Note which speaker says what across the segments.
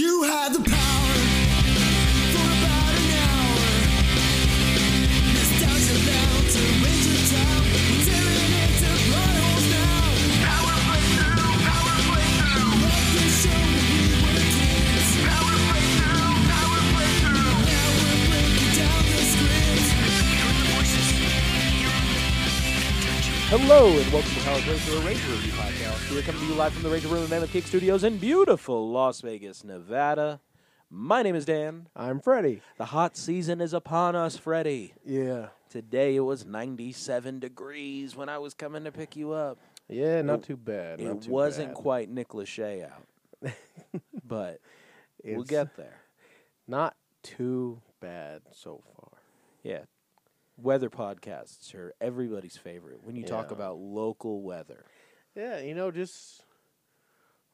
Speaker 1: You had the power for about an hour. Nostalgia bound to Ranger Town. We're tearing into plot holes now. Power playthrough, power playthrough. Love the show when we were kids. Power playthrough, power playthrough. Now we're breaking down the script.
Speaker 2: Hello and welcome to Power Play Through a Ranger Review Podcast. We're coming to you live from the Ranger Room at Mammoth Cake Studios in beautiful Las Vegas, Nevada. My name is Dan.
Speaker 3: I'm Freddy.
Speaker 2: The hot season is upon us, Freddy.
Speaker 3: Yeah.
Speaker 2: Today it was 97 degrees when I was coming to pick you up.
Speaker 3: Yeah, not too bad. not
Speaker 2: It
Speaker 3: too
Speaker 2: wasn't
Speaker 3: bad.
Speaker 2: quite Nick Lachey out, but we'll
Speaker 3: It's
Speaker 2: get there.
Speaker 3: Not too bad so far.
Speaker 2: Yeah. Weather podcasts are everybody's favorite when you talk
Speaker 3: Yeah.
Speaker 2: about local weather.
Speaker 3: Yeah, you know, just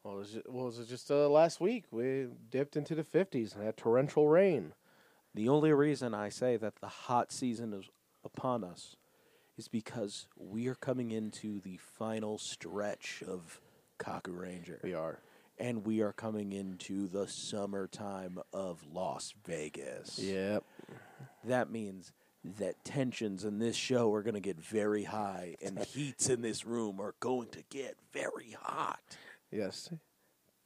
Speaker 3: well, it was just, well, it was just uh, last week we dipped into the 50s and had torrential rain.
Speaker 2: The only reason I say that the hot season is upon us is because we are coming into the final stretch of Kaku Ranger.
Speaker 3: We are.
Speaker 2: And we are coming into the summertime of Las Vegas.
Speaker 3: Yep.
Speaker 2: That means that tensions in this show are going to get very high, and the heats in this room are going to get very hot.
Speaker 3: Yes.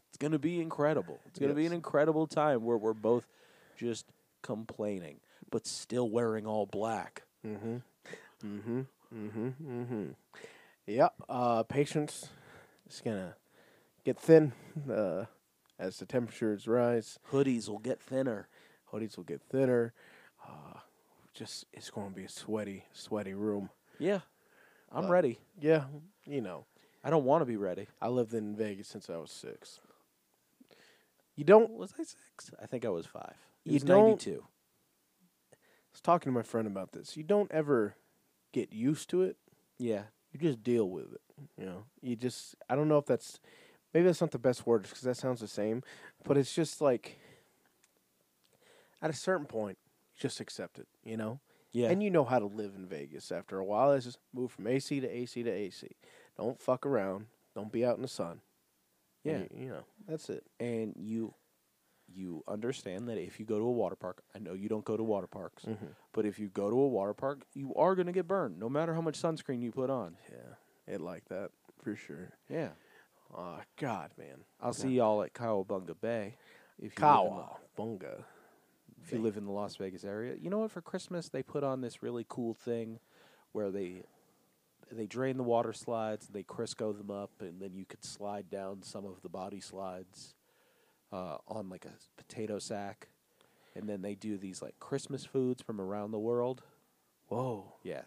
Speaker 2: It's going to be incredible. It's going to be
Speaker 3: Yes.
Speaker 2: an incredible time where we're both just complaining, but still wearing all black.
Speaker 3: Mm-hmm. Yep. Uh, patience is gonna get thin uh, as the temperatures rise.
Speaker 2: Hoodies will get thinner.
Speaker 3: Hoodies will get thinner. Uh, just it's going to be a sweaty, sweaty room.
Speaker 2: Yeah, I'm ready.
Speaker 3: Yeah, you know.
Speaker 2: I don't want to be ready.
Speaker 3: I lived in Vegas since I was six. You don't. I
Speaker 2: Was I six? I think I was five. It
Speaker 3: You
Speaker 2: was
Speaker 3: don't-
Speaker 2: 92.
Speaker 3: was talking to my friend about this. You don't ever get used to it.
Speaker 2: Yeah.
Speaker 3: You just deal with it. You know. You just. I don't know if that's. Maybe that's not the best word because that sounds the same, but it's just like. At a certain point, you just accept it. You know.
Speaker 2: Yeah.
Speaker 3: And you know how to live in Vegas. After a while, it's just move from AC to AC to AC. Don't fuck around. Don't be out in the sun.
Speaker 2: yeah.
Speaker 3: And you, you know. That's it.
Speaker 2: and you you understand that if you go to a water park, I know you don't go to water parks, but if you go to a water park, you are going to get burned no matter how much sunscreen you put on.
Speaker 3: Yeah. It like that for sure.
Speaker 2: Yeah.
Speaker 3: Oh God, man.
Speaker 2: I'll see y'all at Cowabunga Bay. If you live in the-
Speaker 3: Kawa Bunga.
Speaker 2: if you live in the Las Vegas area. You know what? For Christmas, they put on this really cool thing where they they drain the water slides, they Crisco them up, and then you could slide down some of the body slides uh, on like a s- potato sack. And then they do these like Christmas foods from around the world.
Speaker 3: Whoa.
Speaker 2: Yeah,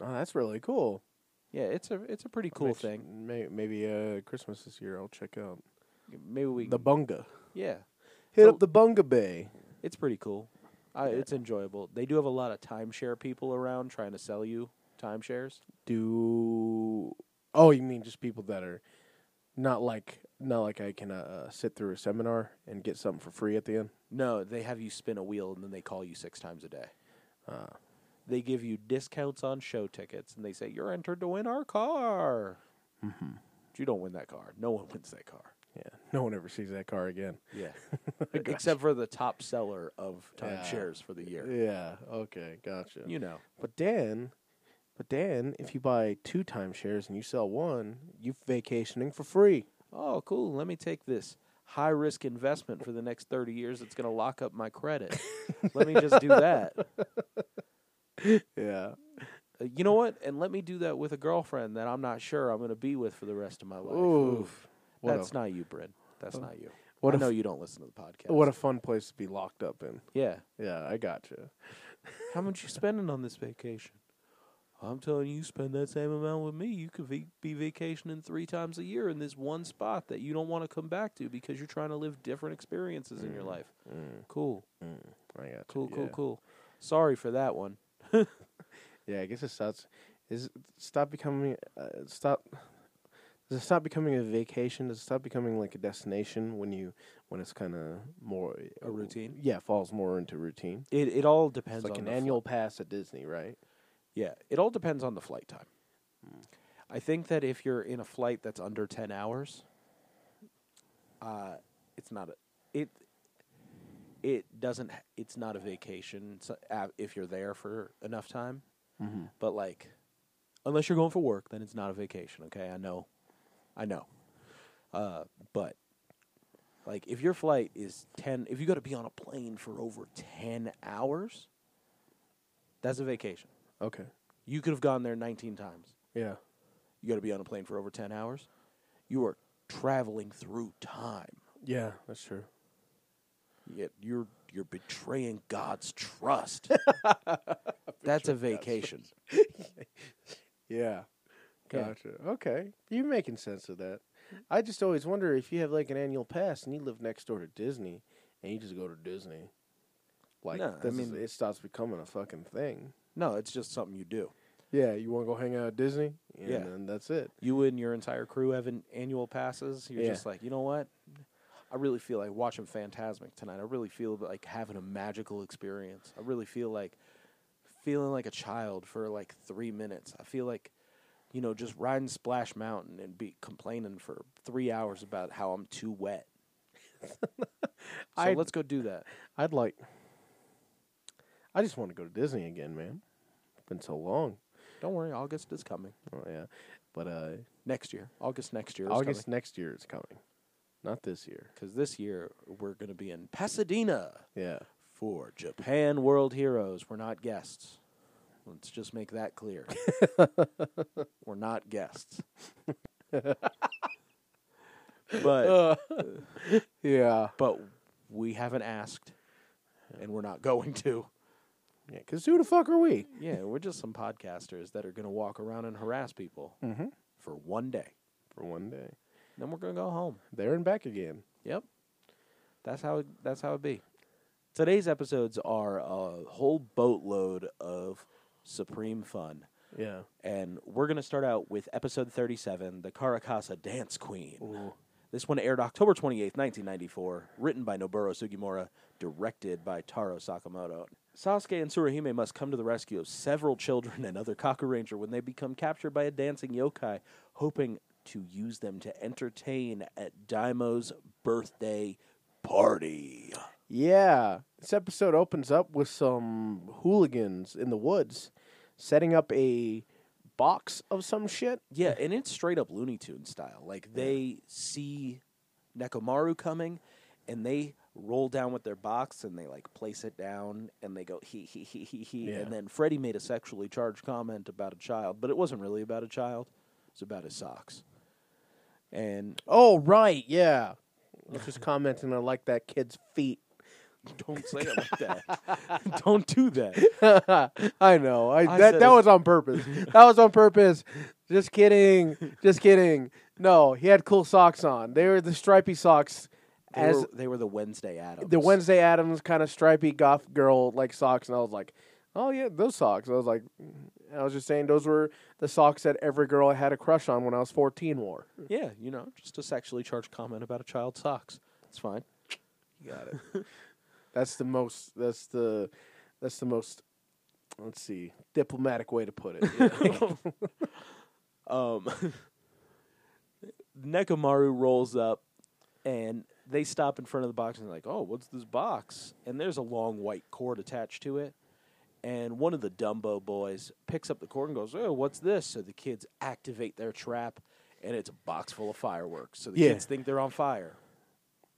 Speaker 3: Oh, that's really cool.
Speaker 2: yeah, it's a it's a pretty cool
Speaker 3: Makes-
Speaker 2: thing.
Speaker 3: May, maybe uh, Christmas this year I'll check out
Speaker 2: Maybe we
Speaker 3: the Bunga.
Speaker 2: yeah,
Speaker 3: Hit
Speaker 2: So-
Speaker 3: up the Bunga Bay.
Speaker 2: it's pretty cool. I, It's enjoyable. They do have a lot of timeshare people around trying to sell you timeshares.
Speaker 3: Do oh, you mean just people that are not like not like I can uh, uh, sit through a seminar and get something for free at the end.
Speaker 2: No, they have you spin a wheel and then they call you six times a day.
Speaker 3: Ah.
Speaker 2: They give you discounts on show tickets and they say, You're entered to win our car.
Speaker 3: Mm-hmm.
Speaker 2: But you don't win that car. No one wins that car.
Speaker 3: Yeah, no one ever sees that car again.
Speaker 2: Yeah. Except for the top seller of timeshares for the year.
Speaker 3: Yeah. Okay. Gotcha.
Speaker 2: You know.
Speaker 3: But then, but then, if you buy two timeshares and you sell one, you vacationing for free.
Speaker 2: Oh, cool. Let me take this high risk investment for the next 30 years that's going to lock up my credit. Let me just do that.
Speaker 3: Yeah.
Speaker 2: Uh, You know what? And let me do that with a girlfriend that I'm not sure I'm going to be with for the rest of my life.
Speaker 3: Oof. What
Speaker 2: That's
Speaker 3: a,
Speaker 2: not you, Bryn. That's not you. I
Speaker 3: what if-
Speaker 2: know you don't listen to the podcast.
Speaker 3: what a fun place to be locked up in.
Speaker 2: yeah.
Speaker 3: Yeah, I gotcha.
Speaker 2: How much you spending on this vacation? I'm telling you, you spend that same amount with me. You could be, be vacationing three times a year in this one spot that you don't want to come back to because you're trying to live different experiences in your life. Cool,
Speaker 3: I gotcha.
Speaker 2: cool,
Speaker 3: Mm. yeah.
Speaker 2: cool, cool. Sorry for that one.
Speaker 3: Yeah, I guess it stops. Is it stop becoming uh, stop. Does it stop becoming a vacation? Does it stop becoming like a destination when you when it's kind of more
Speaker 2: A routine?
Speaker 3: Yeah, falls more into routine.
Speaker 2: It it all depends
Speaker 3: It's like
Speaker 2: on the
Speaker 3: an annual pass at Disney, right?
Speaker 2: Yeah, it all depends on the flight time. I think that if you're in a flight that's under ten hours, uh, it's not a, it it doesn't. h- It's not a vacation so- a- if you're there for enough time. But like, unless you're going for work, then it's not a vacation. Okay, I know, I know. Uh, but like, if your flight is ten, if you got to be on a plane for over ten hours, that's a vacation.
Speaker 3: Okay.
Speaker 2: You could have gone there nineteen times.
Speaker 3: Yeah.
Speaker 2: You got to be on a plane for over ten hours. You are traveling through time.
Speaker 3: Yeah, that's true.
Speaker 2: Yet you're you're betraying God's trust. That's a vacation.
Speaker 3: Yeah.
Speaker 2: Yeah.
Speaker 3: Gotcha. Okay. You're making sense of that. I just always wonder if you have like an annual pass and you live next door to Disney and you just go to Disney. Like,
Speaker 2: No, I
Speaker 3: this is-
Speaker 2: mean-
Speaker 3: it stops becoming a fucking thing.
Speaker 2: No, it's just something you do.
Speaker 3: Yeah, you want to go hang out at Disney? And
Speaker 2: Yeah.
Speaker 3: then that's it.
Speaker 2: You and your entire crew have an annual passes. You're
Speaker 3: Yeah.
Speaker 2: just like, you know what? I really feel like watching Fantasmic tonight. I really feel like having a magical experience. I really feel like feeling like a child for like three minutes. I feel like, you know, just riding Splash Mountain and be complaining for three hours about how I'm too wet. so
Speaker 3: I-
Speaker 2: let's go do that.
Speaker 3: I'd like. I just want to go to Disney again, man. It's been so long.
Speaker 2: Don't worry, August is coming.
Speaker 3: Oh, yeah. But uh,
Speaker 2: next year. August next year.
Speaker 3: August next year is coming. Not this year.
Speaker 2: because this year we're going to be in Pasadena
Speaker 3: Yeah.
Speaker 2: for Japan World Heroes. We're not guests. Let's just make that clear. we're not guests. but
Speaker 3: Yeah.
Speaker 2: but we haven't asked, and we're not going to.
Speaker 3: Yeah, because who the fuck are we?
Speaker 2: Yeah, we're just some podcasters that are going to walk around and harass people for one day.
Speaker 3: For one day.
Speaker 2: Then we're going to go home.
Speaker 3: There and back again.
Speaker 2: Yep. That's how that's how it be. Today's episodes are a whole boatload of supreme fun.
Speaker 3: Yeah.
Speaker 2: And we're going to start out with episode 37, The Caracasa Dance Queen. This one aired October 28th, 1994, written by Noboru Sugimura, directed by Taro Sakamoto. Sasuke and Tsurahime must come to the rescue of several children and other Kakuranger when they become captured by a dancing yokai, hoping to use them to entertain at Daimo's birthday party.
Speaker 3: Yeah. This episode opens up with some hooligans in the woods setting up a box of some shit.
Speaker 2: Yeah, and it's straight up Looney Tune style. Like they see Nekomaru coming, and they roll down with their box and they like place it down and they go he he he he he.
Speaker 3: Yeah.
Speaker 2: And then Freddie made a sexually charged comment about a child, but it wasn't really about a child. It was about his socks. And
Speaker 3: Oh, right. Yeah. I was just commenting, I like that kid's feet.
Speaker 2: don't say it like that. don't do that.
Speaker 3: I know. I,
Speaker 2: I
Speaker 3: that
Speaker 2: said
Speaker 3: that
Speaker 2: it.
Speaker 3: was on purpose. that was on purpose. Just kidding. Just kidding. No, he had cool socks on. They were the stripy socks,
Speaker 2: They,
Speaker 3: as
Speaker 2: were, they were the Wednesday Adams.
Speaker 3: the Wednesday Adams kind of stripy goth girl like socks, and I was like, oh yeah, those socks. I was like, I was just saying those were the socks that every girl I had a crush on when I was fourteen wore.
Speaker 2: Yeah, you know, just a sexually charged comment about a child's socks. It's fine.
Speaker 3: You got it. that's the most. That's the. That's the most. Let's see, diplomatic way to put it.
Speaker 2: um, Nekomaru rolls up and they stop in front of the box and they're like, oh, what's this box? And there's a long white cord attached to it. And one of the Dumbo boys picks up the cord and goes, oh, what's this? So the kids activate their trap and it's a box full of fireworks. So the
Speaker 3: Yeah.
Speaker 2: kids think they're on fire.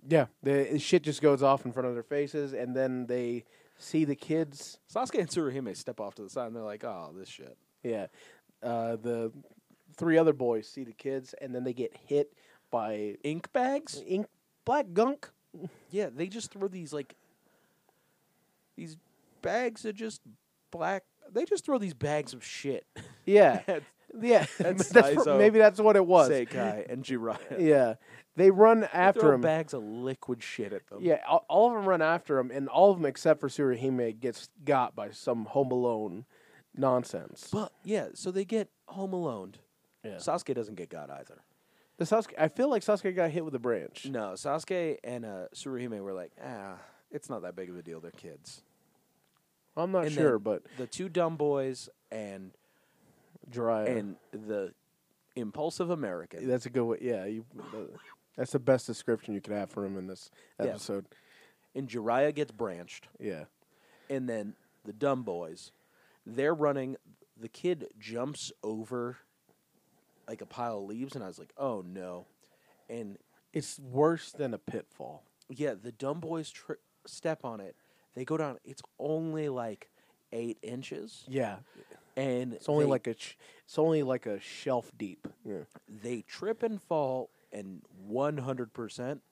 Speaker 3: Yeah, the shit just goes off in front of their faces, and then they see the kids.
Speaker 2: Sasuke and Tsurahime step off to the side and they're like, oh, this shit.
Speaker 3: Yeah, uh, the three other boys see the kids, and then they get hit by
Speaker 2: Ink bags?
Speaker 3: ink black gunk.
Speaker 2: Yeah, they just throw these like these bags of just black. They just throw these bags of shit.
Speaker 3: Yeah,
Speaker 2: at
Speaker 3: yeah.
Speaker 2: That's
Speaker 3: pro-
Speaker 2: Saizo.
Speaker 3: maybe that's what it was.
Speaker 2: Seikai and Jiraiya. They
Speaker 3: Yeah, they run after
Speaker 2: throw
Speaker 3: him.
Speaker 2: bags of liquid shit at them.
Speaker 3: Yeah, all, all of them run after him, and all of them except for Surahime gets got by some Home Alone nonsense.
Speaker 2: but yeah, so they get home alone.
Speaker 3: Yeah.
Speaker 2: Sasuke doesn't get got either.
Speaker 3: the Sasuke, I feel like Sasuke got hit with a branch.
Speaker 2: No, Sasuke and uh, Tsurahime were like, ah, it's not that big of a deal. They're kids.
Speaker 3: I'm not
Speaker 2: And
Speaker 3: sure,
Speaker 2: then
Speaker 3: but
Speaker 2: the two dumb boys and
Speaker 3: dry.
Speaker 2: and the impulsive American.
Speaker 3: That's a good way. Yeah, you, uh, that's the best description you could have for him in this
Speaker 2: Yeah.
Speaker 3: episode.
Speaker 2: and Jiraiya gets branched,
Speaker 3: Yeah.
Speaker 2: and then the dumb boys, they're running. The kid jumps over like a pile of leaves, and I was like, oh no. And
Speaker 3: It's worse than a pitfall.
Speaker 2: yeah, the dumb boys tri- step on it. They go down. It's only like eight inches,
Speaker 3: Yeah.
Speaker 2: and
Speaker 3: It's only
Speaker 2: they-
Speaker 3: like a sh- it's only like a shelf deep. Yeah.
Speaker 2: they trip and fall, and one hundred percent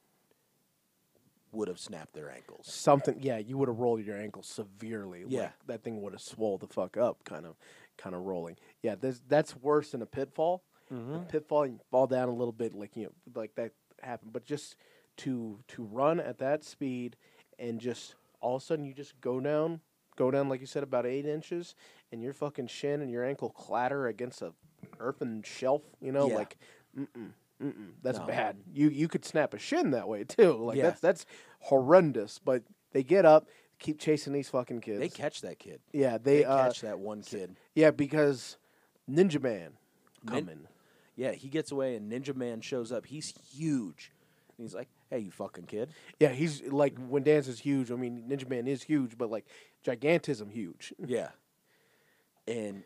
Speaker 2: would have snapped their ankles.
Speaker 3: Something yeah, you would have rolled your ankle severely.
Speaker 2: Yeah.
Speaker 3: Like that thing would have swole the fuck up kind of kind of rolling. Yeah, this that's worse than a pitfall.
Speaker 2: Mm-hmm.
Speaker 3: A pitfall you fall down a little bit like you know, like that happened. But just to to run at that speed and just all of a sudden you just go down go down like you said about eight inches and your fucking shin and your ankle clatter against a earthen shelf, you know,
Speaker 2: Yeah.
Speaker 3: like Mm-mm, that's
Speaker 2: No.
Speaker 3: bad. You you could snap a shin that way too. Like
Speaker 2: Yeah.
Speaker 3: that's that's horrendous. But they get up, keep chasing these fucking kids.
Speaker 2: They catch that kid.
Speaker 3: yeah, they,
Speaker 2: They,
Speaker 3: uh,
Speaker 2: catch that one kid.
Speaker 3: yeah because Ninja Man
Speaker 2: Nin-
Speaker 3: coming.
Speaker 2: Yeah, he gets away, and Ninja Man shows up. He's huge. And he's like, "Hey, you fucking kid!"
Speaker 3: yeah, he's like when Dance is huge. I mean, Ninja Man is huge, but like gigantism huge.
Speaker 2: Yeah. And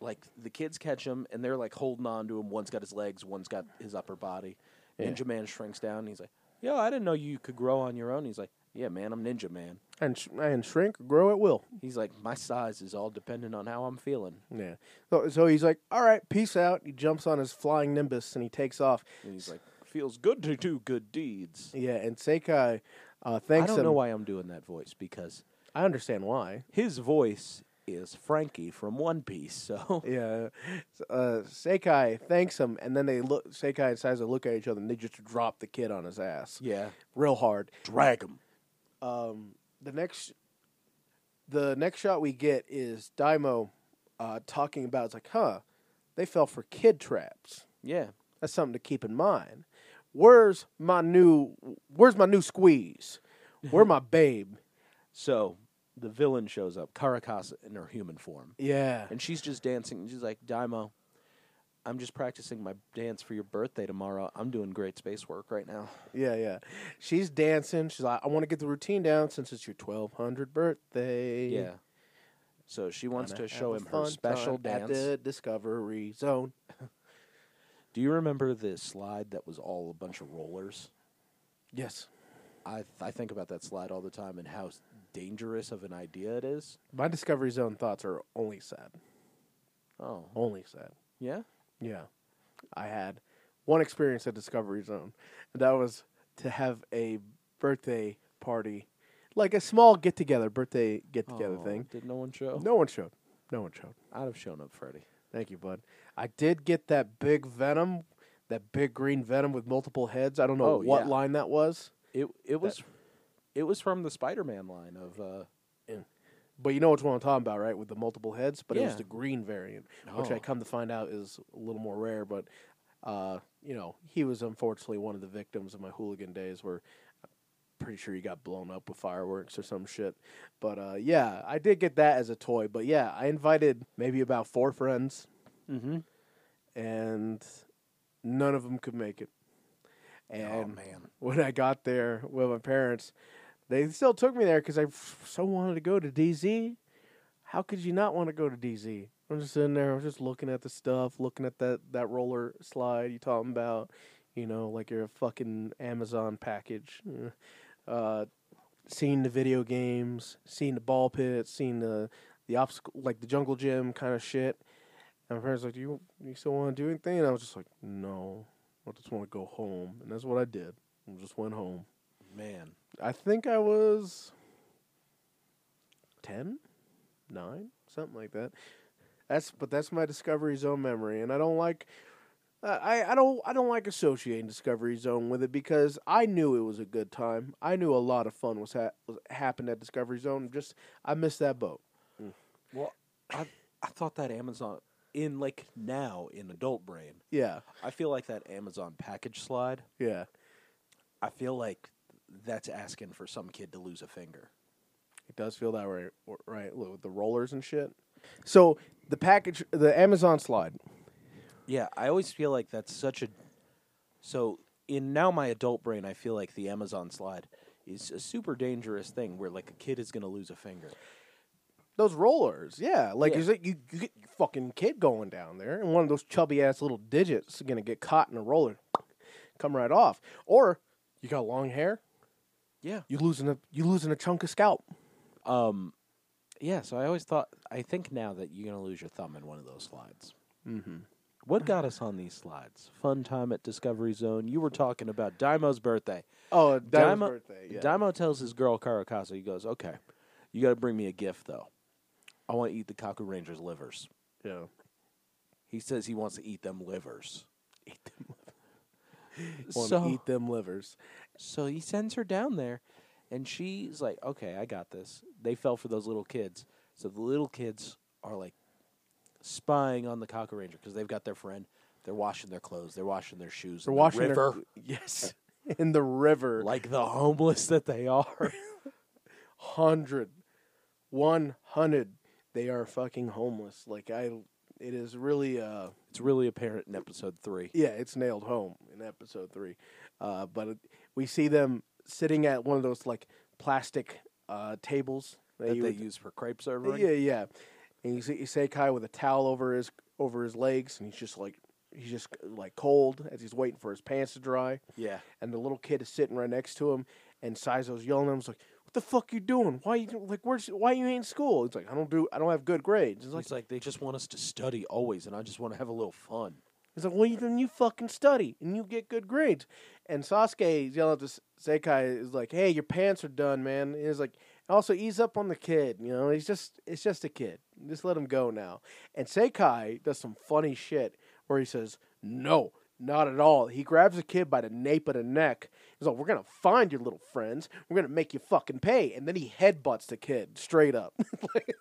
Speaker 2: like the kids catch him, and they're like holding on to him. One's got his legs, one's got his upper body.
Speaker 3: Yeah.
Speaker 2: Ninja Man shrinks down. And he's like, "Yo, I didn't know you could grow on your own." He's like, "Yeah, man, I'm Ninja Man."
Speaker 3: And sh- and shrink, grow at will.
Speaker 2: He's like, "My size is all dependent on how I'm feeling."
Speaker 3: Yeah. So, so he's like, all right, peace out. He jumps on his flying nimbus and he takes off.
Speaker 2: And he's like, "Feels good to do good deeds."
Speaker 3: Yeah, and Sekai uh, thanks
Speaker 2: I don't
Speaker 3: him.
Speaker 2: know why I'm doing that voice because
Speaker 3: I understand why.
Speaker 2: his voice is Frankie from One Piece. So
Speaker 3: Yeah. S- Uh, Sekai thanks him, and then they look. Sekai and Saizo look at each other, and they just drop the kid on his ass,
Speaker 2: yeah,
Speaker 3: real hard.
Speaker 2: drag him.
Speaker 3: Um, the next, the next shot we get is Daimo uh, talking about. It's like, huh, they fell for kid traps.
Speaker 2: Yeah,
Speaker 3: That's something to keep in mind. Where's my new? Where's my new squeeze? Where my babe?
Speaker 2: So the villain shows up, Karakasa in her human form,
Speaker 3: Yeah.
Speaker 2: and she's just dancing. And she's like, "Daimo, I'm just practicing my dance for your birthday tomorrow. I'm doing great space work right now."
Speaker 3: Yeah, yeah. She's dancing. She's like, I want to get the routine down since it's your 1200 birthday.
Speaker 2: Yeah. So she wants
Speaker 3: Gonna
Speaker 2: to show
Speaker 3: have
Speaker 2: him
Speaker 3: a
Speaker 2: her
Speaker 3: fun
Speaker 2: special
Speaker 3: time
Speaker 2: dance.
Speaker 3: at the Discovery Zone.
Speaker 2: Do you remember the slide that was all a bunch of rollers?
Speaker 3: Yes,
Speaker 2: I I think about that slide all the time and how s- dangerous of an idea it is.
Speaker 3: my Discovery Zone thoughts are only sad,
Speaker 2: Oh,
Speaker 3: only sad.
Speaker 2: yeah.
Speaker 3: Yeah, I had one experience at Discovery Zone, and that was to have a birthday party, like a small get together, birthday get together
Speaker 2: Oh,
Speaker 3: thing.
Speaker 2: Did no one show?
Speaker 3: No one showed. No one showed.
Speaker 2: I'd have shown up, Freddie.
Speaker 3: Thank you, bud. I did get that big venom, that big green venom with multiple heads. I don't know
Speaker 2: Oh,
Speaker 3: what
Speaker 2: yeah.
Speaker 3: line that was,
Speaker 2: It it was it was from the Spider-Man line of uh,
Speaker 3: but you know which one I'm talking about, right? With the multiple heads, but it was
Speaker 2: Yeah.
Speaker 3: the green variant, which
Speaker 2: Oh.
Speaker 3: I come to find out is a little more rare. But uh, you know, he was unfortunately one of the victims of my hooligan days, where I'm pretty sure he got blown up with fireworks or some shit. But uh, yeah, I did get that as a toy. But yeah, I invited maybe about four friends,
Speaker 2: mm-hmm.
Speaker 3: and none of them could make it.
Speaker 2: oh
Speaker 3: And
Speaker 2: man.
Speaker 3: when I got there with my parents, they still took me there because I f- so wanted to go to DZ. How could you not want to go to DZ? I'm just sitting there, I'm just looking at the stuff, looking at that, that roller slide you talking about, you know, like you're a fucking Amazon package. Uh, seeing the video games, seeing the ball pits, seeing the the obstacle, like the jungle gym kind of shit. And my parents were like, do you you still want to do anything? And I was just like, no, I just want to go home, and that's what I did. I just went home.
Speaker 2: Man.
Speaker 3: I think I was 10, 9, something like that. That's but that's my Discovery Zone memory, and I don't like. uh, I, I don't I don't like associating Discovery Zone with it because I knew it was a good time. I knew a lot of fun was, ha- was happened at Discovery Zone. Just I missed that boat.
Speaker 2: Well, I I thought that Amazon in like now in adult brain,
Speaker 3: Yeah,
Speaker 2: I feel like that Amazon package slide.
Speaker 3: yeah.
Speaker 2: I feel like that's asking for some kid to lose a finger.
Speaker 3: It does feel that way, right? Look, with the rollers and shit. So the package, the Amazon slide.
Speaker 2: Yeah, I always feel like that's such a so in now my adult brain I feel like the Amazon slide is a super dangerous thing where like a kid is going to lose a finger.
Speaker 3: Those rollers, yeah. Like
Speaker 2: Yeah.
Speaker 3: is it you, you get your fucking kid going down there, and one of those chubby ass little digits is gonna get caught in a roller, come right off. Or you got long hair,
Speaker 2: Yeah.
Speaker 3: you losing a you losing a chunk of scalp.
Speaker 2: Um yeah, so I always thought I think now that you're going to lose your thumb in one of those slides.
Speaker 3: Mm-hmm.
Speaker 2: What got us on these slides? Fun time at Discovery Zone. You were talking about Daimo's birthday.
Speaker 3: Oh, Diamond's
Speaker 2: Daimo-
Speaker 3: birthday. Yeah.
Speaker 2: Daimo tells his girl Karakasa, he goes, "Okay, you got to bring me a gift though. I want to eat the Kaku Ranger's livers."
Speaker 3: yeah.
Speaker 2: He says he wants to eat them livers.
Speaker 3: Eat them. Wanna
Speaker 2: So
Speaker 3: eat them livers.
Speaker 2: so he sends her down there, and she's like, "Okay, I got this." They fell for those little kids, so the little kids are like spying on the Kaku Ranger because they've got their friend. They're washing their clothes. They're washing their shoes.
Speaker 3: They're
Speaker 2: in
Speaker 3: washing
Speaker 2: the river,
Speaker 3: Their, yes, in the river.
Speaker 2: like the homeless that they are.
Speaker 3: hundred, one hundred. They are fucking homeless. Like I, it is really uh
Speaker 2: it's really apparent in episode three.
Speaker 3: yeah, it's nailed home in episode three. Uh, but it, we see them sitting at one of those like plastic uh tables that,
Speaker 2: that
Speaker 3: you
Speaker 2: they
Speaker 3: would-
Speaker 2: use for crepe serving.
Speaker 3: Yeah, yeah. And you see Isekai with a towel over his over his legs, and he's just like he's just like cold as he's waiting for his pants to dry.
Speaker 2: yeah.
Speaker 3: and the little kid is sitting right next to him, and Saizo's yelling at him, he's like, "What the fuck you doing? Why you like where's why you ain't in school?" He's like, "I don't do I don't have good grades." He's like,
Speaker 2: It's like they just want us to study always, and I just want to have a little fun.
Speaker 3: he's like, "Well, you- then you fucking study and you get good grades." And Sasuke is yelling at this Sekai is like, "Hey, your pants are done, man." And he's like, "Also ease up on the kid, you know. He's just it's just a kid. Just let him go now." And Sekai does some funny shit where he says, "No." Not at all. He grabs the kid by the nape of the neck. He's like, "We're gonna find your little friends. We're gonna make you fucking pay." And then he headbutts the kid straight up. Like,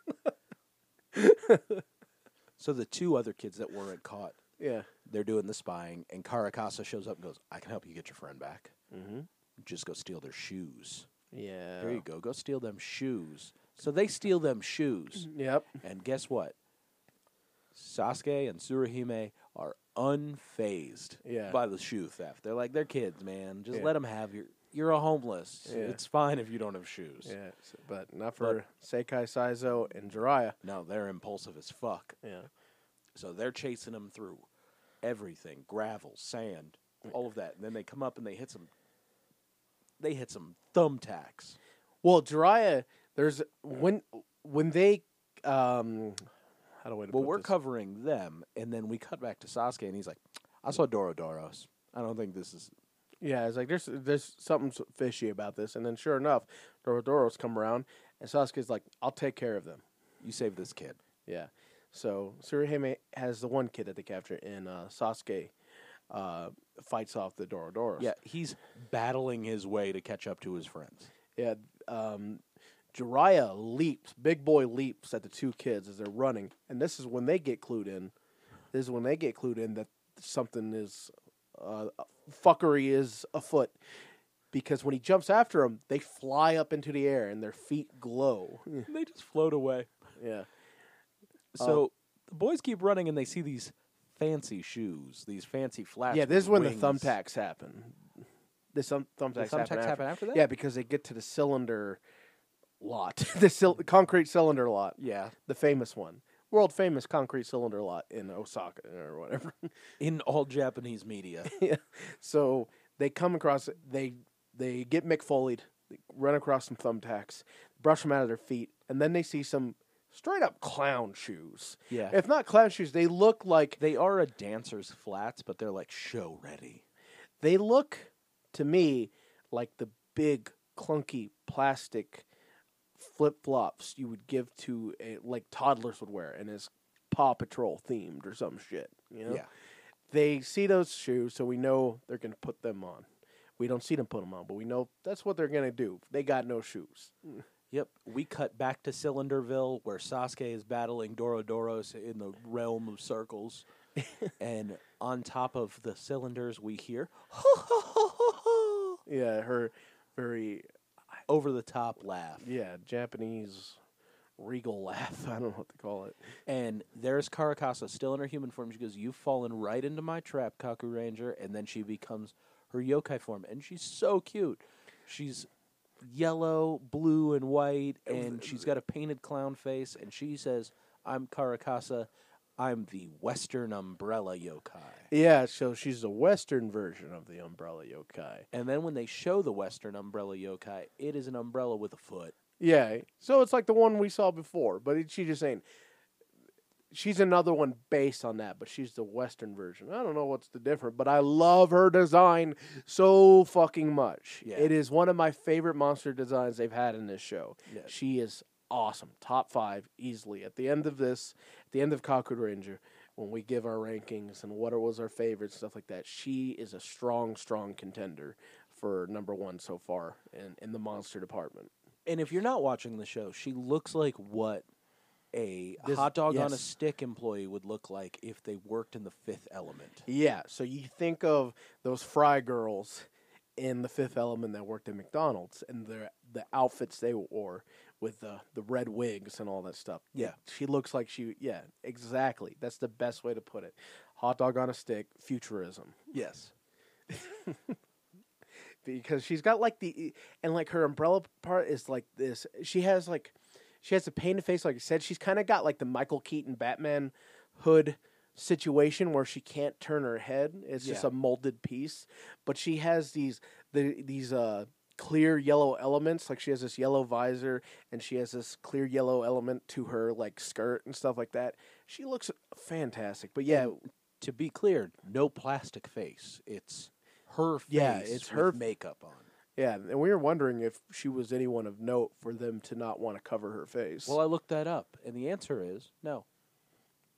Speaker 2: So the two other kids that weren't caught,
Speaker 3: yeah.
Speaker 2: they're doing the spying, and Karakasa shows up and goes, "I can help you get your friend back.
Speaker 3: Mm-hmm.
Speaker 2: Just go steal their shoes.
Speaker 3: Yeah.
Speaker 2: There you go. Go steal them shoes." So they steal them shoes,
Speaker 3: Yep.
Speaker 2: and guess what? Sasuke and Tsurahime are unfazed
Speaker 3: Yeah.
Speaker 2: by the shoe theft. They're like, "They're kids, man. Just
Speaker 3: Yeah.
Speaker 2: let them have your. You're a homeless.
Speaker 3: Yeah.
Speaker 2: It's fine if you don't have shoes."
Speaker 3: Yeah, so- but not for Seikai Saizo and Jiraiya.
Speaker 2: No, they're impulsive as fuck.
Speaker 3: Yeah.
Speaker 2: So they're chasing them through everything, gravel, sand, all of that. And then they come up and they hit some they hit some thumbtacks.
Speaker 3: Well, Jiraiya, there's when when they um how do I
Speaker 2: Well,
Speaker 3: put
Speaker 2: we're
Speaker 3: this?
Speaker 2: covering them and then we cut back to Sasuke and he's like, "I saw Dorodoros. I don't think this is
Speaker 3: Yeah, it's like there's there's something s- fishy about this, and then sure enough, Dorodoros come around, and Sasuke's like, "I'll take care of them."
Speaker 2: you save this kid."
Speaker 3: Yeah. So Surihime has the one kid that they capture, and uh, Sasuke uh, fights off the Dorodoros.
Speaker 2: Yeah, he's battling his way to catch up to his friends.
Speaker 3: Yeah, um, Jiraiya leaps, big boy leaps at the two kids as they're running, and this is when they get clued in. This is when they get clued in that something is uh, fuckery is afoot, because when he jumps after them, they fly up into the air and their feet glow.
Speaker 2: they just float away.
Speaker 3: yeah,
Speaker 2: So the boys keep running and they see these fancy shoes, these fancy flats.
Speaker 3: yeah.
Speaker 2: with
Speaker 3: This is when
Speaker 2: wings.
Speaker 3: the thumbtacks happen. The thumb,
Speaker 2: The
Speaker 3: thumbtacks,
Speaker 2: thumbtacks
Speaker 3: happen, after.
Speaker 2: happen after that?
Speaker 3: Yeah, because they get to the cylinder lot, the sil- concrete cylinder lot.
Speaker 2: Yeah.
Speaker 3: the famous one, world famous concrete cylinder lot in Osaka or whatever.
Speaker 2: In all Japanese media.
Speaker 3: so they come across it, they they get McFoleyed, they run across some thumbtacks, brush them out of their feet, and then they see some straight up clown shoes.
Speaker 2: Yeah.
Speaker 3: If not clown shoes, they look like
Speaker 2: They are a dancer's flats, but they're like show ready.
Speaker 3: they look to me like the big clunky plastic flip flops you would give to a like toddlers would wear and is Paw Patrol themed or some shit. You know? they see those shoes, so we know they're going to put them on. We don't see them put them on, but we know that's what they're going to do. They got no shoes.
Speaker 2: Yep. We cut back to Cylinderville where Sasuke is battling Dorodoros in the realm of circles. and on top of the cylinders, we hear
Speaker 3: Yeah, her very,
Speaker 2: over the top laugh.
Speaker 3: yeah, Japanese regal laugh. I don't know what to call it.
Speaker 2: And there's Karakasa still in her human form. She goes, You've fallen right into my trap, Kaku Ranger. And then she becomes her yokai form. And she's so cute. She's yellow, blue, and white, and
Speaker 3: th-
Speaker 2: she's got a painted clown face, and she says, "I'm Karakasa, I'm the Western Umbrella Yokai."
Speaker 3: Yeah, so she's the Western version of the Umbrella Yokai.
Speaker 2: And then when they show the Western Umbrella Yokai, it is an umbrella with a foot.
Speaker 3: Yeah, so it's like the one we saw before, but it, she just ain't. She's another one based on that, but she's the Western version. I don't know what's the difference, but I love her design so fucking much.
Speaker 2: Yeah.
Speaker 3: It is one of my favorite monster designs they've had in this show.
Speaker 2: Yeah.
Speaker 3: She is awesome. Top five easily. At the end of this, at the end of Cockwood Ranger, when we give our rankings and what was our favorites, stuff like that, she is a strong, strong contender for number one so far in, in the monster department.
Speaker 2: And if you're not watching the show, she looks like what a
Speaker 3: This-
Speaker 2: hot dog on a
Speaker 3: yes.
Speaker 2: stick employee would look like if they worked in the fifth element.
Speaker 3: Yeah, so you think of those fry girls in the Fifth Element that worked at McDonald's and the the outfits they wore with the the red wigs and all that stuff.
Speaker 2: Yeah.
Speaker 3: she looks like she. Yeah, exactly. That's the best way to put it. Hot dog on a stick, futurism,
Speaker 2: Yes.
Speaker 3: because she's got like the e, and like her umbrella part is like this. She has like she has a painted face, like I said. She's kind of got like the Michael Keaton Batman hood situation where she can't turn her head. It's just
Speaker 2: Yeah.
Speaker 3: a molded piece, but she has these the these uh clear yellow elements. Like she has this yellow visor and she has this clear yellow element to her like skirt and stuff like that. She looks fantastic. But yeah,
Speaker 2: To be clear, no plastic face. It's her face.
Speaker 3: Yeah, it's her
Speaker 2: with
Speaker 3: f-
Speaker 2: makeup on.
Speaker 3: yeah, and we were wondering if she was anyone of note for them to not want to cover her face.
Speaker 2: Well, I looked that up, and the answer is no.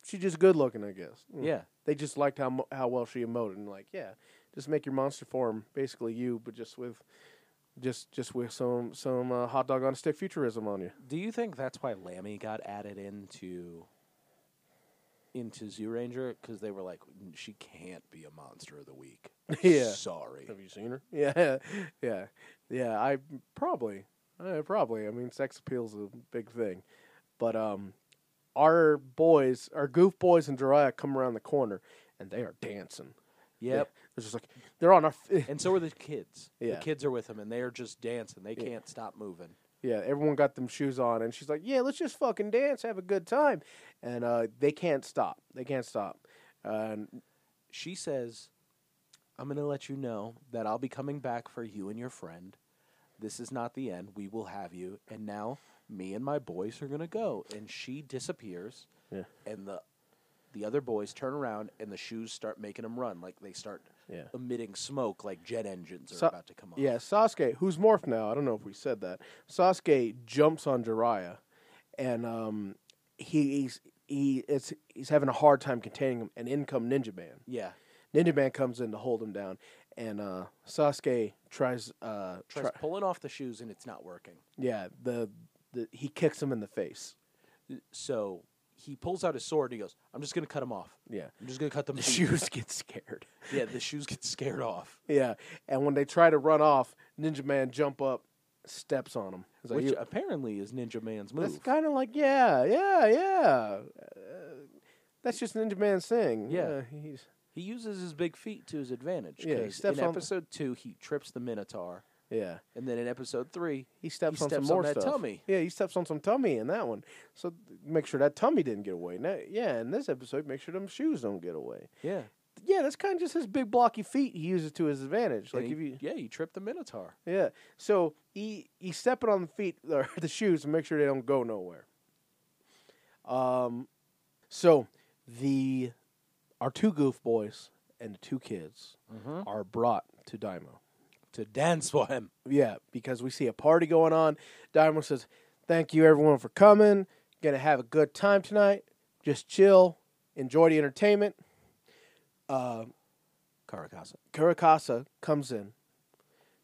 Speaker 3: she's just good looking, I guess. Mm.
Speaker 2: Yeah.
Speaker 3: they just liked how mo- how well she emoted and like yeah just make your monster form basically you but just with just just with some some uh, hot dog on a stick futurism on you
Speaker 2: Do you think that's why Lammy got added into into Zoo Ranger because they were like, "N- she can't be a monster of the week.
Speaker 3: Yeah.
Speaker 2: Sorry.
Speaker 3: have you seen her yeah yeah yeah i probably I probably i mean sex appeal's a big thing but um our boys our goof boys and Jiraiya come around the corner and they are dancing
Speaker 2: Yep.
Speaker 3: Yeah, they're just like they're on our f-
Speaker 2: And so are the kids.
Speaker 3: Yeah.
Speaker 2: The kids are with them, and they are just dancing. They
Speaker 3: Yeah.
Speaker 2: can't stop moving.
Speaker 3: Yeah, everyone got them shoes on, and she's like, "Yeah, let's just fucking dance, have a good time." And uh, they can't stop. They can't stop. Uh, and
Speaker 2: She says, "I'm going to let you know that I'll be coming back for you and your friend. This is not the end. We will have you." And now, me and my boys are going to go. And she disappears.
Speaker 3: Yeah.
Speaker 2: And the the other boys turn around, and the shoes start making them run. Like they start
Speaker 3: Yeah.
Speaker 2: emitting smoke, like jet engines are
Speaker 3: Sa-
Speaker 2: about to come off.
Speaker 3: yeah, Sasuke, who's morphed now, I don't know if we said that. Sasuke jumps on Jiraiya, and um, he, he's he it's he's having a hard time containing him. And in come Ninja Man.
Speaker 2: Yeah.
Speaker 3: Ninja Man comes in to hold him down, and uh, Sasuke tries uh
Speaker 2: Tries
Speaker 3: try-
Speaker 2: pulling off the shoes, and it's not working.
Speaker 3: yeah the, the he kicks him in the face.
Speaker 2: So he pulls out his sword. and He goes, "I'm just going to cut him off.
Speaker 3: Yeah,
Speaker 2: I'm just going to cut them."
Speaker 3: the
Speaker 2: deep."
Speaker 3: shoes get scared.
Speaker 2: Yeah, the shoes get scared off.
Speaker 3: Yeah, and when they try to run off, Ninja Man jump up, steps on him. It's like,
Speaker 2: Which
Speaker 3: you-
Speaker 2: apparently is Ninja Man's move.
Speaker 3: that's kind of like yeah, yeah, yeah. Uh, that's just Ninja Man's thing.
Speaker 2: Yeah.
Speaker 3: he's
Speaker 2: he uses his big feet to his advantage.
Speaker 3: Yeah, he
Speaker 2: 'cause
Speaker 3: steps
Speaker 2: in
Speaker 3: on-
Speaker 2: episode two, he trips the Minotaur,
Speaker 3: yeah.
Speaker 2: and then in episode three,
Speaker 3: He steps
Speaker 2: He
Speaker 3: on
Speaker 2: steps
Speaker 3: some
Speaker 2: on
Speaker 3: more
Speaker 2: that
Speaker 3: stuff.
Speaker 2: tummy.
Speaker 3: Yeah, he steps on some tummy in that one. So th- make sure that tummy didn't get away. Now, yeah, in this episode, make sure them shoes don't get away.
Speaker 2: yeah,
Speaker 3: Yeah, that's kind of just his big blocky feet he uses to his advantage. Like
Speaker 2: and he-
Speaker 3: if you
Speaker 2: yeah, he tripped the Minotaur.
Speaker 3: yeah, so he he's stepping on the feet or the shoes to make sure they don't go nowhere. Um, so the our two goof boys and the two kids
Speaker 2: Mhm.
Speaker 3: are brought to Daimo.
Speaker 2: to dance for him.
Speaker 3: Yeah, because we see a party going on. Daimo says, "Thank you everyone for coming. Gonna have a good time tonight. Just chill, enjoy the entertainment." Uh,
Speaker 2: Karakasa.
Speaker 3: Kurakasa comes in.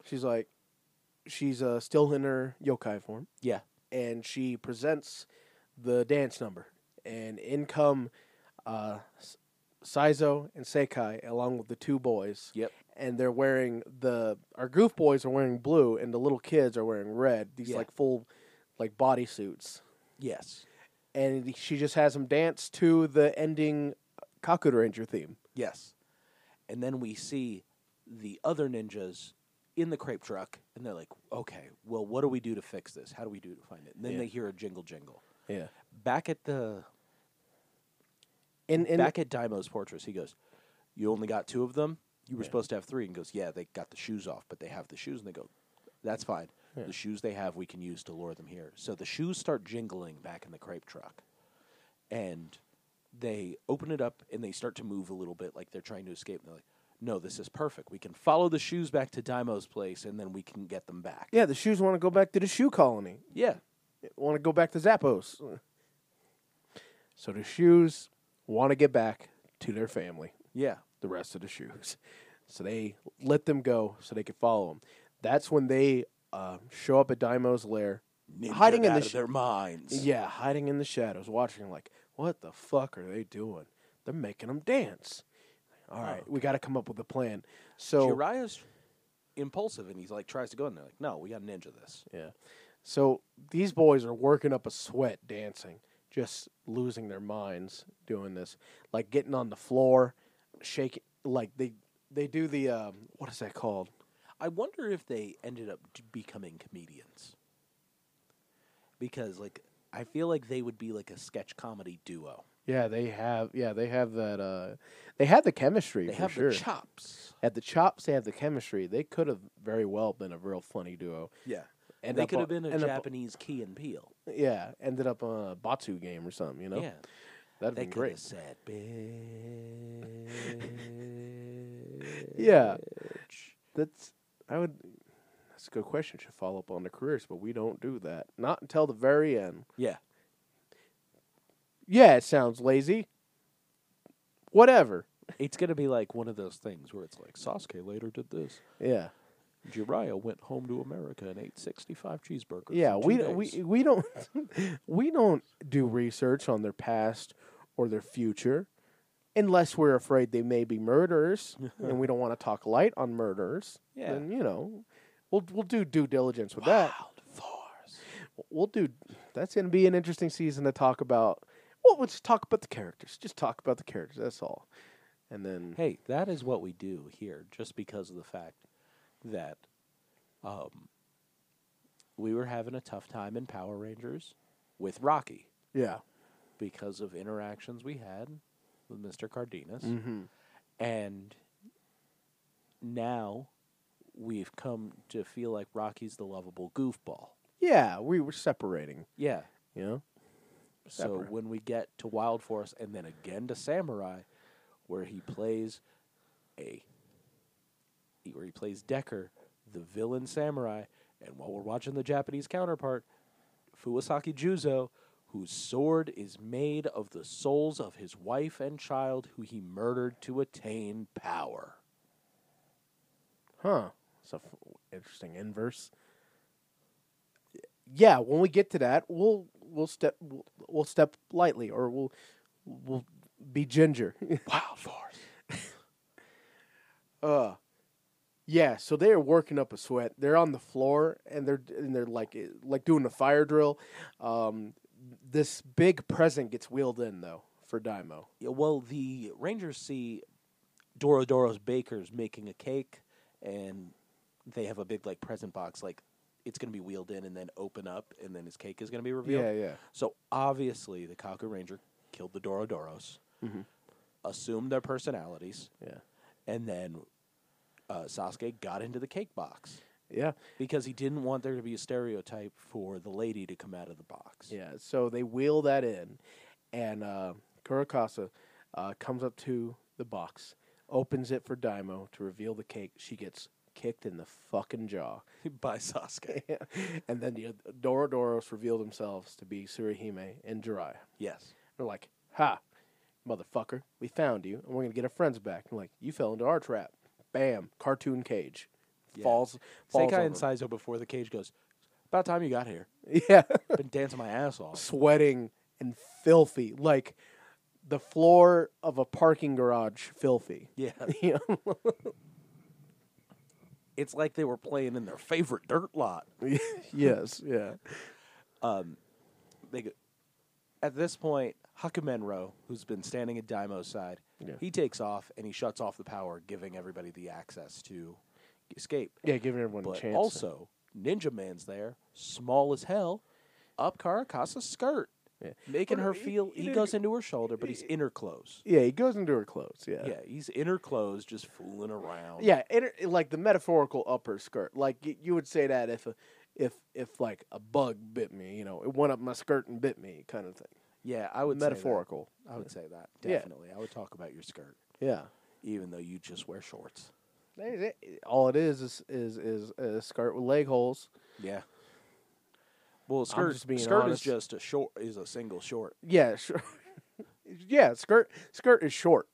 Speaker 3: She's like, she's uh, still in her yokai form,
Speaker 2: Yeah,
Speaker 3: and she presents the dance number. And in come uh, S- Saizo and Sekai, along with the two boys.
Speaker 2: Yep.
Speaker 3: And they're wearing the our goof boys are wearing blue, and the little kids are wearing red. These
Speaker 2: Yeah.
Speaker 3: like full, like bodysuits.
Speaker 2: yes,
Speaker 3: And she just has them dance to the ending Kakuta Ranger theme.
Speaker 2: yes. And then we see the other ninjas in the crepe truck, and they're like, okay, well, what do we do to fix this? How do we do to find it? And then
Speaker 3: Yeah.
Speaker 2: they hear a jingle jingle.
Speaker 3: Yeah.
Speaker 2: Back at the
Speaker 3: And and
Speaker 2: back at Daimo's fortress, he goes, "You only got two of them. You were
Speaker 3: Yeah.
Speaker 2: supposed to have three. And he goes, "Yeah, they got the shoes off, but they have the shoes." And they go, "That's fine.
Speaker 3: Yeah.
Speaker 2: The shoes they have, we can use to lure them here." So the shoes start jingling back in the crepe truck, and they open it up and they start to move a little bit, like they're trying to escape. And they're like, "No, this is perfect. We can follow the shoes back to Daimo's place, and then we can get them back."
Speaker 3: yeah, the shoes want to go back to the shoe colony.
Speaker 2: yeah.
Speaker 3: Want to go back to Zappos. So the shoes want to get back to their family.
Speaker 2: yeah.
Speaker 3: the rest of the shoes. So they let them go so they could follow them. That's when they uh, show up at Daimo's lair.
Speaker 2: Ninja'd
Speaker 3: Hiding in the
Speaker 2: out of
Speaker 3: sh-
Speaker 2: their minds.
Speaker 3: Yeah, hiding in the shadows, watching like, what the fuck are they doing? They're making them dance. All right, we got to come up with a plan. So
Speaker 2: Jiraiya's impulsive, and he's like tries to go in there. Like, no, we got to ninja this.
Speaker 3: yeah, so these boys are working up a sweat dancing, just losing their minds doing this, like getting on the floor, shaking. Like they they do the um, what is that called?
Speaker 2: I wonder if they ended up t- becoming comedians. Because like I feel like they would be like a sketch comedy duo.
Speaker 3: Yeah, they have. Yeah, they have that. Uh, they have the chemistry
Speaker 2: They
Speaker 3: for
Speaker 2: have
Speaker 3: sure.
Speaker 2: the chops.
Speaker 3: At the chops, they have the chemistry. They could have very well been a real funny duo.
Speaker 2: Yeah. And
Speaker 3: End
Speaker 2: they
Speaker 3: up
Speaker 2: could
Speaker 3: on-
Speaker 2: have been a
Speaker 3: end up-
Speaker 2: Japanese key and peel.
Speaker 3: yeah, ended up on a Batsu game or something. You know,
Speaker 2: Yeah.
Speaker 3: that'd
Speaker 2: They
Speaker 3: be
Speaker 2: could
Speaker 3: great.
Speaker 2: have said bitch.
Speaker 3: Yeah, that's. I would. That's a good question. Should follow up on the careers, but we don't do that. Not until the very end.
Speaker 2: Yeah.
Speaker 3: Yeah, it sounds lazy. Whatever.
Speaker 2: It's gonna be like one of those things where it's like Sasuke later did this.
Speaker 3: Yeah.
Speaker 2: Jiraiya went home to America and ate sixty five cheeseburgers.
Speaker 3: Yeah,
Speaker 2: in two
Speaker 3: we
Speaker 2: days.
Speaker 3: don't- we we don't we don't do research on their past or their future unless we're afraid they may be murderers and we don't want to talk light on murderers.
Speaker 2: Yeah.
Speaker 3: Then, you know, we'll we'll do due diligence with that.
Speaker 2: Wild force.
Speaker 3: We'll do that's going to be an interesting season to talk about. Well, let's talk about the characters. Just talk about the characters, that's all. And then
Speaker 2: Hey, that is what we do here, just because of the fact that um, we were having a tough time in Power Rangers with Rocky
Speaker 3: yeah.
Speaker 2: because of interactions we had with Mr. Cardenas.
Speaker 3: Mhm.
Speaker 2: And now we've come to feel like Rocky's the lovable goofball.
Speaker 3: Yeah, we were separating,
Speaker 2: Yeah.
Speaker 3: you know.
Speaker 2: So
Speaker 3: Separate.
Speaker 2: when we get to Wild Force and then again to Samurai, where he plays a where he plays Decker, the villain samurai, and while we're watching the Japanese counterpart, Fuwasaki Juzo, whose sword is made of the souls of his wife and child who he murdered to attain power.
Speaker 3: Huh. It's a f- interesting inverse. Yeah, when we get to that, we'll we'll step we'll, we'll step lightly, or we'll we'll be ginger.
Speaker 2: Wild Force.
Speaker 3: uh, yeah. So they are working up a sweat. They're on the floor and they're and they're like eh, like doing a fire drill. Um, this big present gets wheeled in though for Daimo.
Speaker 2: Yeah, well, the Rangers see Doro Doro's Bakers making a cake, and they have a big like present box. Like it's going to be wheeled in and then open up, and then his cake is going to be revealed.
Speaker 3: yeah.
Speaker 2: So obviously, the Kaku Ranger killed the Doro Doros, assumed their personalities,
Speaker 3: Mm-hmm. Yeah.
Speaker 2: and then uh, Sasuke got into the cake box
Speaker 3: Yeah.
Speaker 2: because he didn't want there to be a stereotype for the lady to come out of the box.
Speaker 3: Yeah, so they wheel that in, and uh, Kurakasa uh, comes up to the box, opens it for Daimo to reveal the cake. She gets kicked in the fucking jaw.
Speaker 2: by Sasuke.
Speaker 3: and then the Dorodoros reveal themselves to be Surihime and Jiraiya.
Speaker 2: yes.
Speaker 3: They're like, ha, motherfucker, we found you, and we're going to get our friends back. I'm like, you fell into our trap. Bam, cartoon cage.
Speaker 2: Yeah.
Speaker 3: Falls, falls
Speaker 2: Sekai and
Speaker 3: over.
Speaker 2: Saizo before the cage goes. About time you got here.
Speaker 3: Yeah.
Speaker 2: been dancing my ass off.
Speaker 3: sweating and filthy, like the floor of a parking garage, filthy.
Speaker 2: Yeah.
Speaker 3: You know?
Speaker 2: It's like they were playing in their favorite dirt lot.
Speaker 3: yes, yeah,
Speaker 2: They go, at this point, Hakumenro, who's been standing at Daimo's side,
Speaker 3: Yeah.
Speaker 2: he takes off and he shuts off the power, giving everybody the access to escape.
Speaker 3: Yeah, giving everyone
Speaker 2: But
Speaker 3: a chance.
Speaker 2: also, Ninja Man's there, small as hell, up Karakasa's skirt,
Speaker 3: Yeah.
Speaker 2: making
Speaker 3: But
Speaker 2: her
Speaker 3: he-
Speaker 2: feel.
Speaker 3: he
Speaker 2: He,
Speaker 3: didn't-
Speaker 2: goes into her shoulder, but he's in her clothes.
Speaker 3: yeah, he goes into her clothes. Yeah,
Speaker 2: Yeah, he's in her clothes, just fooling around.
Speaker 3: yeah. It, it- like the metaphorical upper skirt. Like y- you would say that if, a, if, if like a bug bit me, you know, it went up my skirt and bit me, kind of thing.
Speaker 2: yeah. I would say that.
Speaker 3: metaphorical.
Speaker 2: I would say that
Speaker 3: Yeah.
Speaker 2: definitely. I would talk about your skirt,
Speaker 3: Yeah.
Speaker 2: even though you just wear shorts.
Speaker 3: There's it. All it is is is, is a skirt with leg holes.
Speaker 2: Yeah. Well, skirt
Speaker 3: just being
Speaker 2: skirt
Speaker 3: honest.
Speaker 2: is just a short is a single short.
Speaker 3: Yeah, sure. yeah, skirt skirt is short.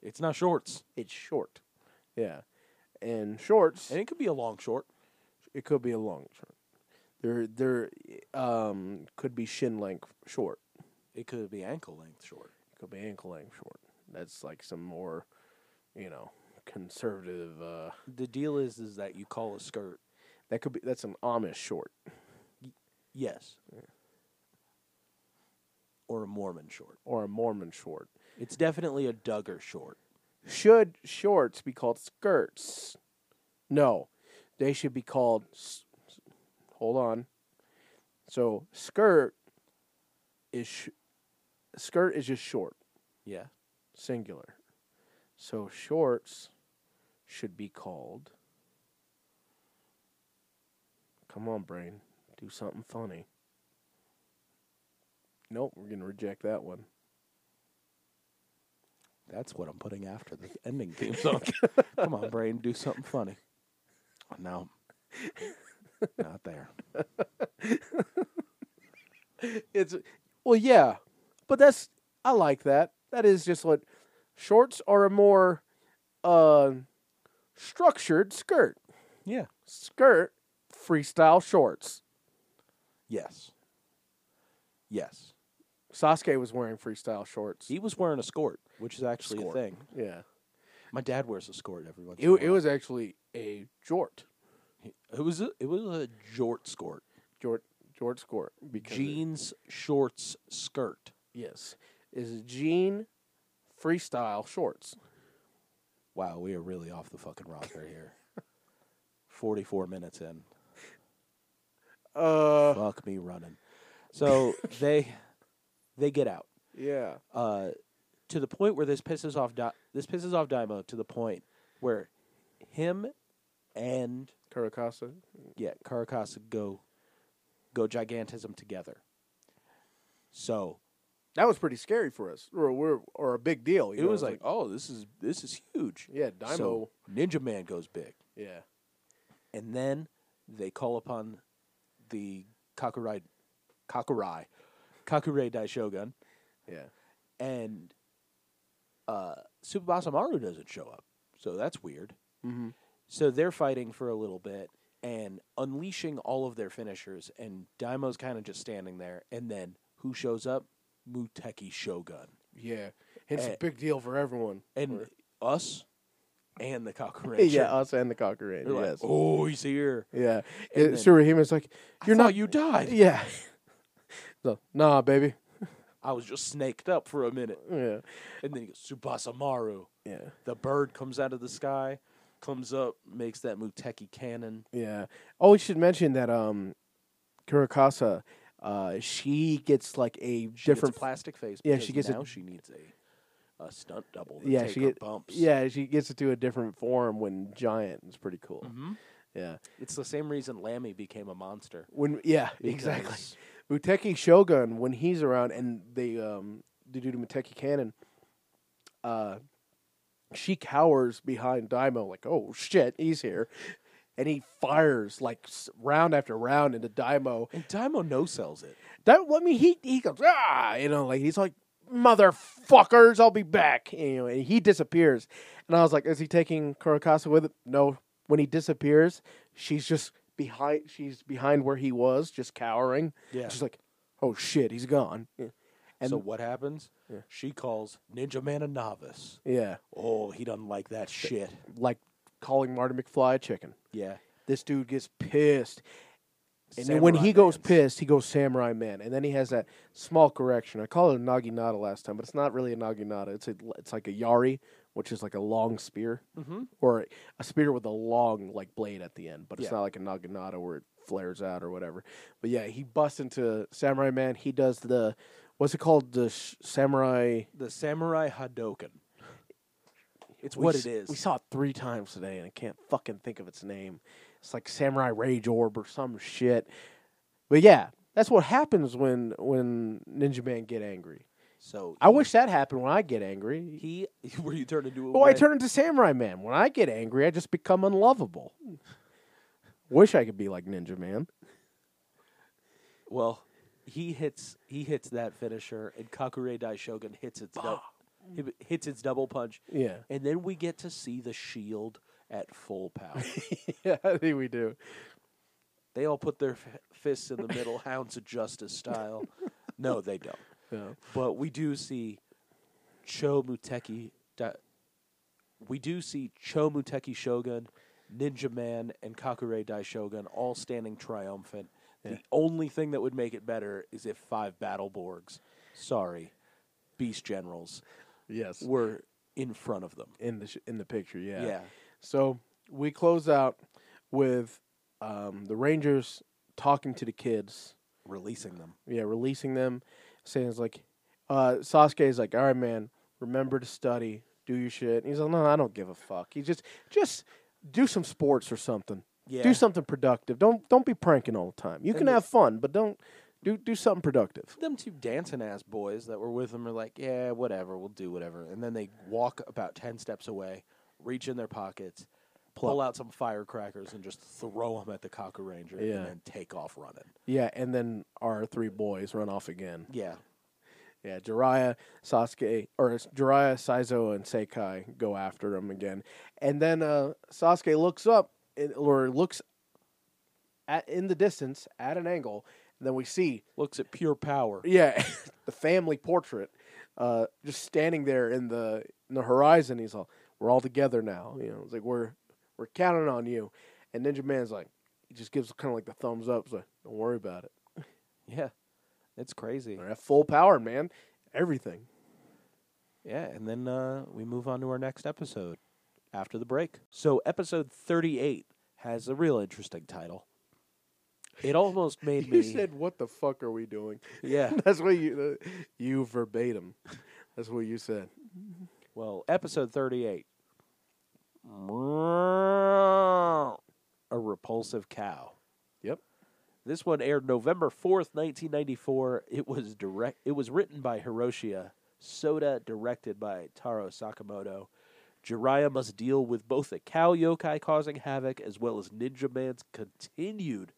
Speaker 2: It's not shorts,
Speaker 3: It's short. Yeah, and shorts.
Speaker 2: and it could be a long short.
Speaker 3: It could be a long short. There there um could be shin length short.
Speaker 2: It could be ankle length short.
Speaker 3: It could be ankle length short. That's like some more, you know, conservative. uh
Speaker 2: The deal is is that you call a skirt
Speaker 3: That could be that's an Amish short.
Speaker 2: yes, or a Mormon short.
Speaker 3: Or a Mormon short.
Speaker 2: It's definitely a Duggar short.
Speaker 3: Should shorts be called skirts? No, they should be called. s- s- Hold on. So skirt is sh- skirt is just short,
Speaker 2: Yeah,
Speaker 3: singular. So shorts should be called. Come on, brain, do something funny. Nope, we're gonna reject that one.
Speaker 2: that's what I'm putting after the ending theme song. Come on, brain, do something funny. No, not there.
Speaker 3: It's well, yeah, but that's I like that. That is just what shorts are a more uh, structured skirt.
Speaker 2: Yeah.
Speaker 3: Skirt freestyle shorts.
Speaker 2: Yes. Yes.
Speaker 3: Sasuke was wearing freestyle shorts.
Speaker 2: He was wearing a skirt, which is actually
Speaker 3: Skort.
Speaker 2: a thing.
Speaker 3: yeah,
Speaker 2: My dad wears a skirt every once.
Speaker 3: it,
Speaker 2: in a
Speaker 3: it
Speaker 2: while.
Speaker 3: was actually a jort,
Speaker 2: It was a, it was a jort skirt.
Speaker 3: jort, jort skirt. Because it-
Speaker 2: Jeans, shorts, skirt.
Speaker 3: yes, is jean freestyle shorts.
Speaker 2: Wow, we are really off the fucking rocker here. Forty-four minutes in.
Speaker 3: Uh,
Speaker 2: Fuck me running. So they they get out
Speaker 3: yeah,
Speaker 2: uh, to the point where this pisses off Di- this pisses off Daimo to the point where him and
Speaker 3: Kurakasa.
Speaker 2: yeah, Karakasa go go gigantism together. So
Speaker 3: That was pretty scary for us, or we're or a big deal. you
Speaker 2: it
Speaker 3: know,
Speaker 2: was like, oh, this is this is huge.
Speaker 3: Yeah, Dymo.
Speaker 2: So Ninja Man goes big,
Speaker 3: yeah.
Speaker 2: and then they call upon the Kakurai, Kakurai, Kakurei Dai Shogun,
Speaker 3: Yeah.
Speaker 2: and uh, Tsubasa Maru doesn't show up. So that's weird.
Speaker 3: Mm-hmm.
Speaker 2: So they're fighting for a little bit and unleashing all of their finishers, and Daimo's kind of just standing there. And then who shows up? Muteki Shogun.
Speaker 3: Yeah. It's
Speaker 2: Eh.
Speaker 3: a big deal for everyone.
Speaker 2: And
Speaker 3: Or-
Speaker 2: us and the Kakurei.
Speaker 3: yeah, us and the cockroach.
Speaker 2: They're like,
Speaker 3: Yes.
Speaker 2: oh, he's here.
Speaker 3: Yeah.
Speaker 2: And
Speaker 3: It-
Speaker 2: then-
Speaker 3: Surihima's like,
Speaker 2: You're
Speaker 3: you're
Speaker 2: not.
Speaker 3: not.
Speaker 2: You died.
Speaker 3: Yeah. no, nah, baby.
Speaker 2: I was just snaked up for a minute,
Speaker 3: Yeah.
Speaker 2: and then he goes Subasamaru.
Speaker 3: Yeah.
Speaker 2: The bird comes out of the sky, comes up, makes that Muteki cannon.
Speaker 3: Yeah. Oh, we should mention that um, Kurakasa, uh, she gets like a
Speaker 2: She gets
Speaker 3: different.
Speaker 2: plastic face.
Speaker 3: Yeah,
Speaker 2: because
Speaker 3: she gets a-
Speaker 2: now she needs a, a stunt double. To
Speaker 3: yeah,
Speaker 2: take
Speaker 3: she
Speaker 2: her
Speaker 3: get,
Speaker 2: bumps.
Speaker 3: Yeah, she gets to do a different form when giant. It's pretty cool.
Speaker 2: Mhm.
Speaker 3: Yeah.
Speaker 2: it's the same reason Lammy became a monster.
Speaker 3: When yeah, exactly.
Speaker 2: because
Speaker 3: Muteki Shogun when he's around and they um the dude Muteki Cannon uh she cowers behind Daimo like oh shit he's here and he fires like s- round after round into Daimo
Speaker 2: And Daimo no sells it.
Speaker 3: that well, I mean he he goes ah you know like he's like motherfuckers I'll be back you know and he disappears and I was like is he taking Kurakasa with him no when he disappears she's just behind she's behind where he was just cowering
Speaker 2: Yeah.
Speaker 3: She's like, oh shit, he's gone.
Speaker 2: so
Speaker 3: And-
Speaker 2: what happens?
Speaker 3: Yeah.
Speaker 2: She calls Ninja Man a novice.
Speaker 3: Yeah.
Speaker 2: Oh, he doesn't like that shit.
Speaker 3: Like calling Marty McFly a chicken.
Speaker 2: Yeah.
Speaker 3: This dude gets pissed. And then when
Speaker 2: Samurai
Speaker 3: he goes
Speaker 2: Man's-
Speaker 3: pissed, he goes Samurai Man. And then he has that small correction. I called it a Naginata last time, but it's not really a Naginata. It's a, it's like a Yari, which is like a long spear
Speaker 2: Mm-hmm.
Speaker 3: or a spear with a long like blade at the end, but it's
Speaker 2: Yeah.
Speaker 3: not like a naginata where it flares out or whatever. But yeah, he busts into Samurai Man. He does the what's it called the sh- samurai.
Speaker 2: The samurai Hadoken. It's
Speaker 3: we
Speaker 2: what
Speaker 3: s-
Speaker 2: it is.
Speaker 3: We saw it three times today, and I can't fucking think of its name. It's like Samurai Rage Orb or some shit. But yeah, that's what happens when when Ninja Man get angry.
Speaker 2: So
Speaker 3: I wish that happened when I get angry.
Speaker 2: he where you turn into a
Speaker 3: Oh, I
Speaker 2: wet-
Speaker 3: turn into Samurai Man. When I get angry, I just become unlovable. Wish I could be like Ninja Man.
Speaker 2: Well, he hits he hits that finisher, and Kakure Dai Shogun hits its dou- hi- hits its double punch,
Speaker 3: Yeah.
Speaker 2: and then we get to see the shield at full power.
Speaker 3: yeah, I think we do.
Speaker 2: they all put their f- fists in the middle, hounds of justice style. No, they don't.
Speaker 3: No.
Speaker 2: But we do see Cho Muteki. Da- we do see Cho Muteki Shogun, Ninja Man, and Kakure Dai Shogun all standing triumphant. The only thing that would make it better is if five battle borgs, sorry, beast generals,
Speaker 3: Yes.
Speaker 2: were in front of them.
Speaker 3: In the sh- in the picture, yeah.
Speaker 2: Yeah.
Speaker 3: So we close out with um, the Rangers talking to the kids.
Speaker 2: Releasing them.
Speaker 3: Yeah, releasing them, saying it's like, uh, Sasuke is like, all right, man, remember to study, do your shit. And he's like, no, I don't give a fuck. He just just do some sports or something.
Speaker 2: Yeah.
Speaker 3: Do something productive. Don't don't be pranking all the time. You can
Speaker 2: the-
Speaker 3: have fun, but don't do do something productive.
Speaker 2: them two dancing ass boys that were with him are like, yeah, whatever, we'll do whatever. And then they walk about 10 steps away, reach in their pockets, pull out some firecrackers, and just throw them at the Cocker Ranger
Speaker 3: Yeah.
Speaker 2: and then take off running.
Speaker 3: Yeah, and then our three boys run off again.
Speaker 2: Yeah.
Speaker 3: Yeah, Jiraiya, Sasuke, or Jiraiya, Saizo, and Seikai go after him again. And then uh, Sasuke looks up, and- or looks at in the distance at an angle. And then we see,
Speaker 2: Looks at pure power.
Speaker 3: yeah, the family portrait uh, just standing there in the in the horizon. He's all, "We're all together now." You know, it's like we're we're counting on you. And Ninja Man's like, he just gives kind of like the thumbs up. He's like, "Don't worry about it.
Speaker 2: Yeah. It's crazy.
Speaker 3: We're at full power, man. Everything."
Speaker 2: Yeah. And then uh, we move on to our next episode after the break. So, episode 38 has a real interesting title. It almost made me.
Speaker 3: You said, "What the fuck are we doing?"
Speaker 2: yeah.
Speaker 3: That's what you uh, you verbatim. That's what you said.
Speaker 2: Well, episode 38. A repulsive cow.
Speaker 3: Yep.
Speaker 2: This one aired November 4th, 1994. It was direct it was written by Hiroshia Soda, directed by Taro Sakamoto. Jiraiya must deal with both a cow yokai causing havoc as well as Ninja Man's continued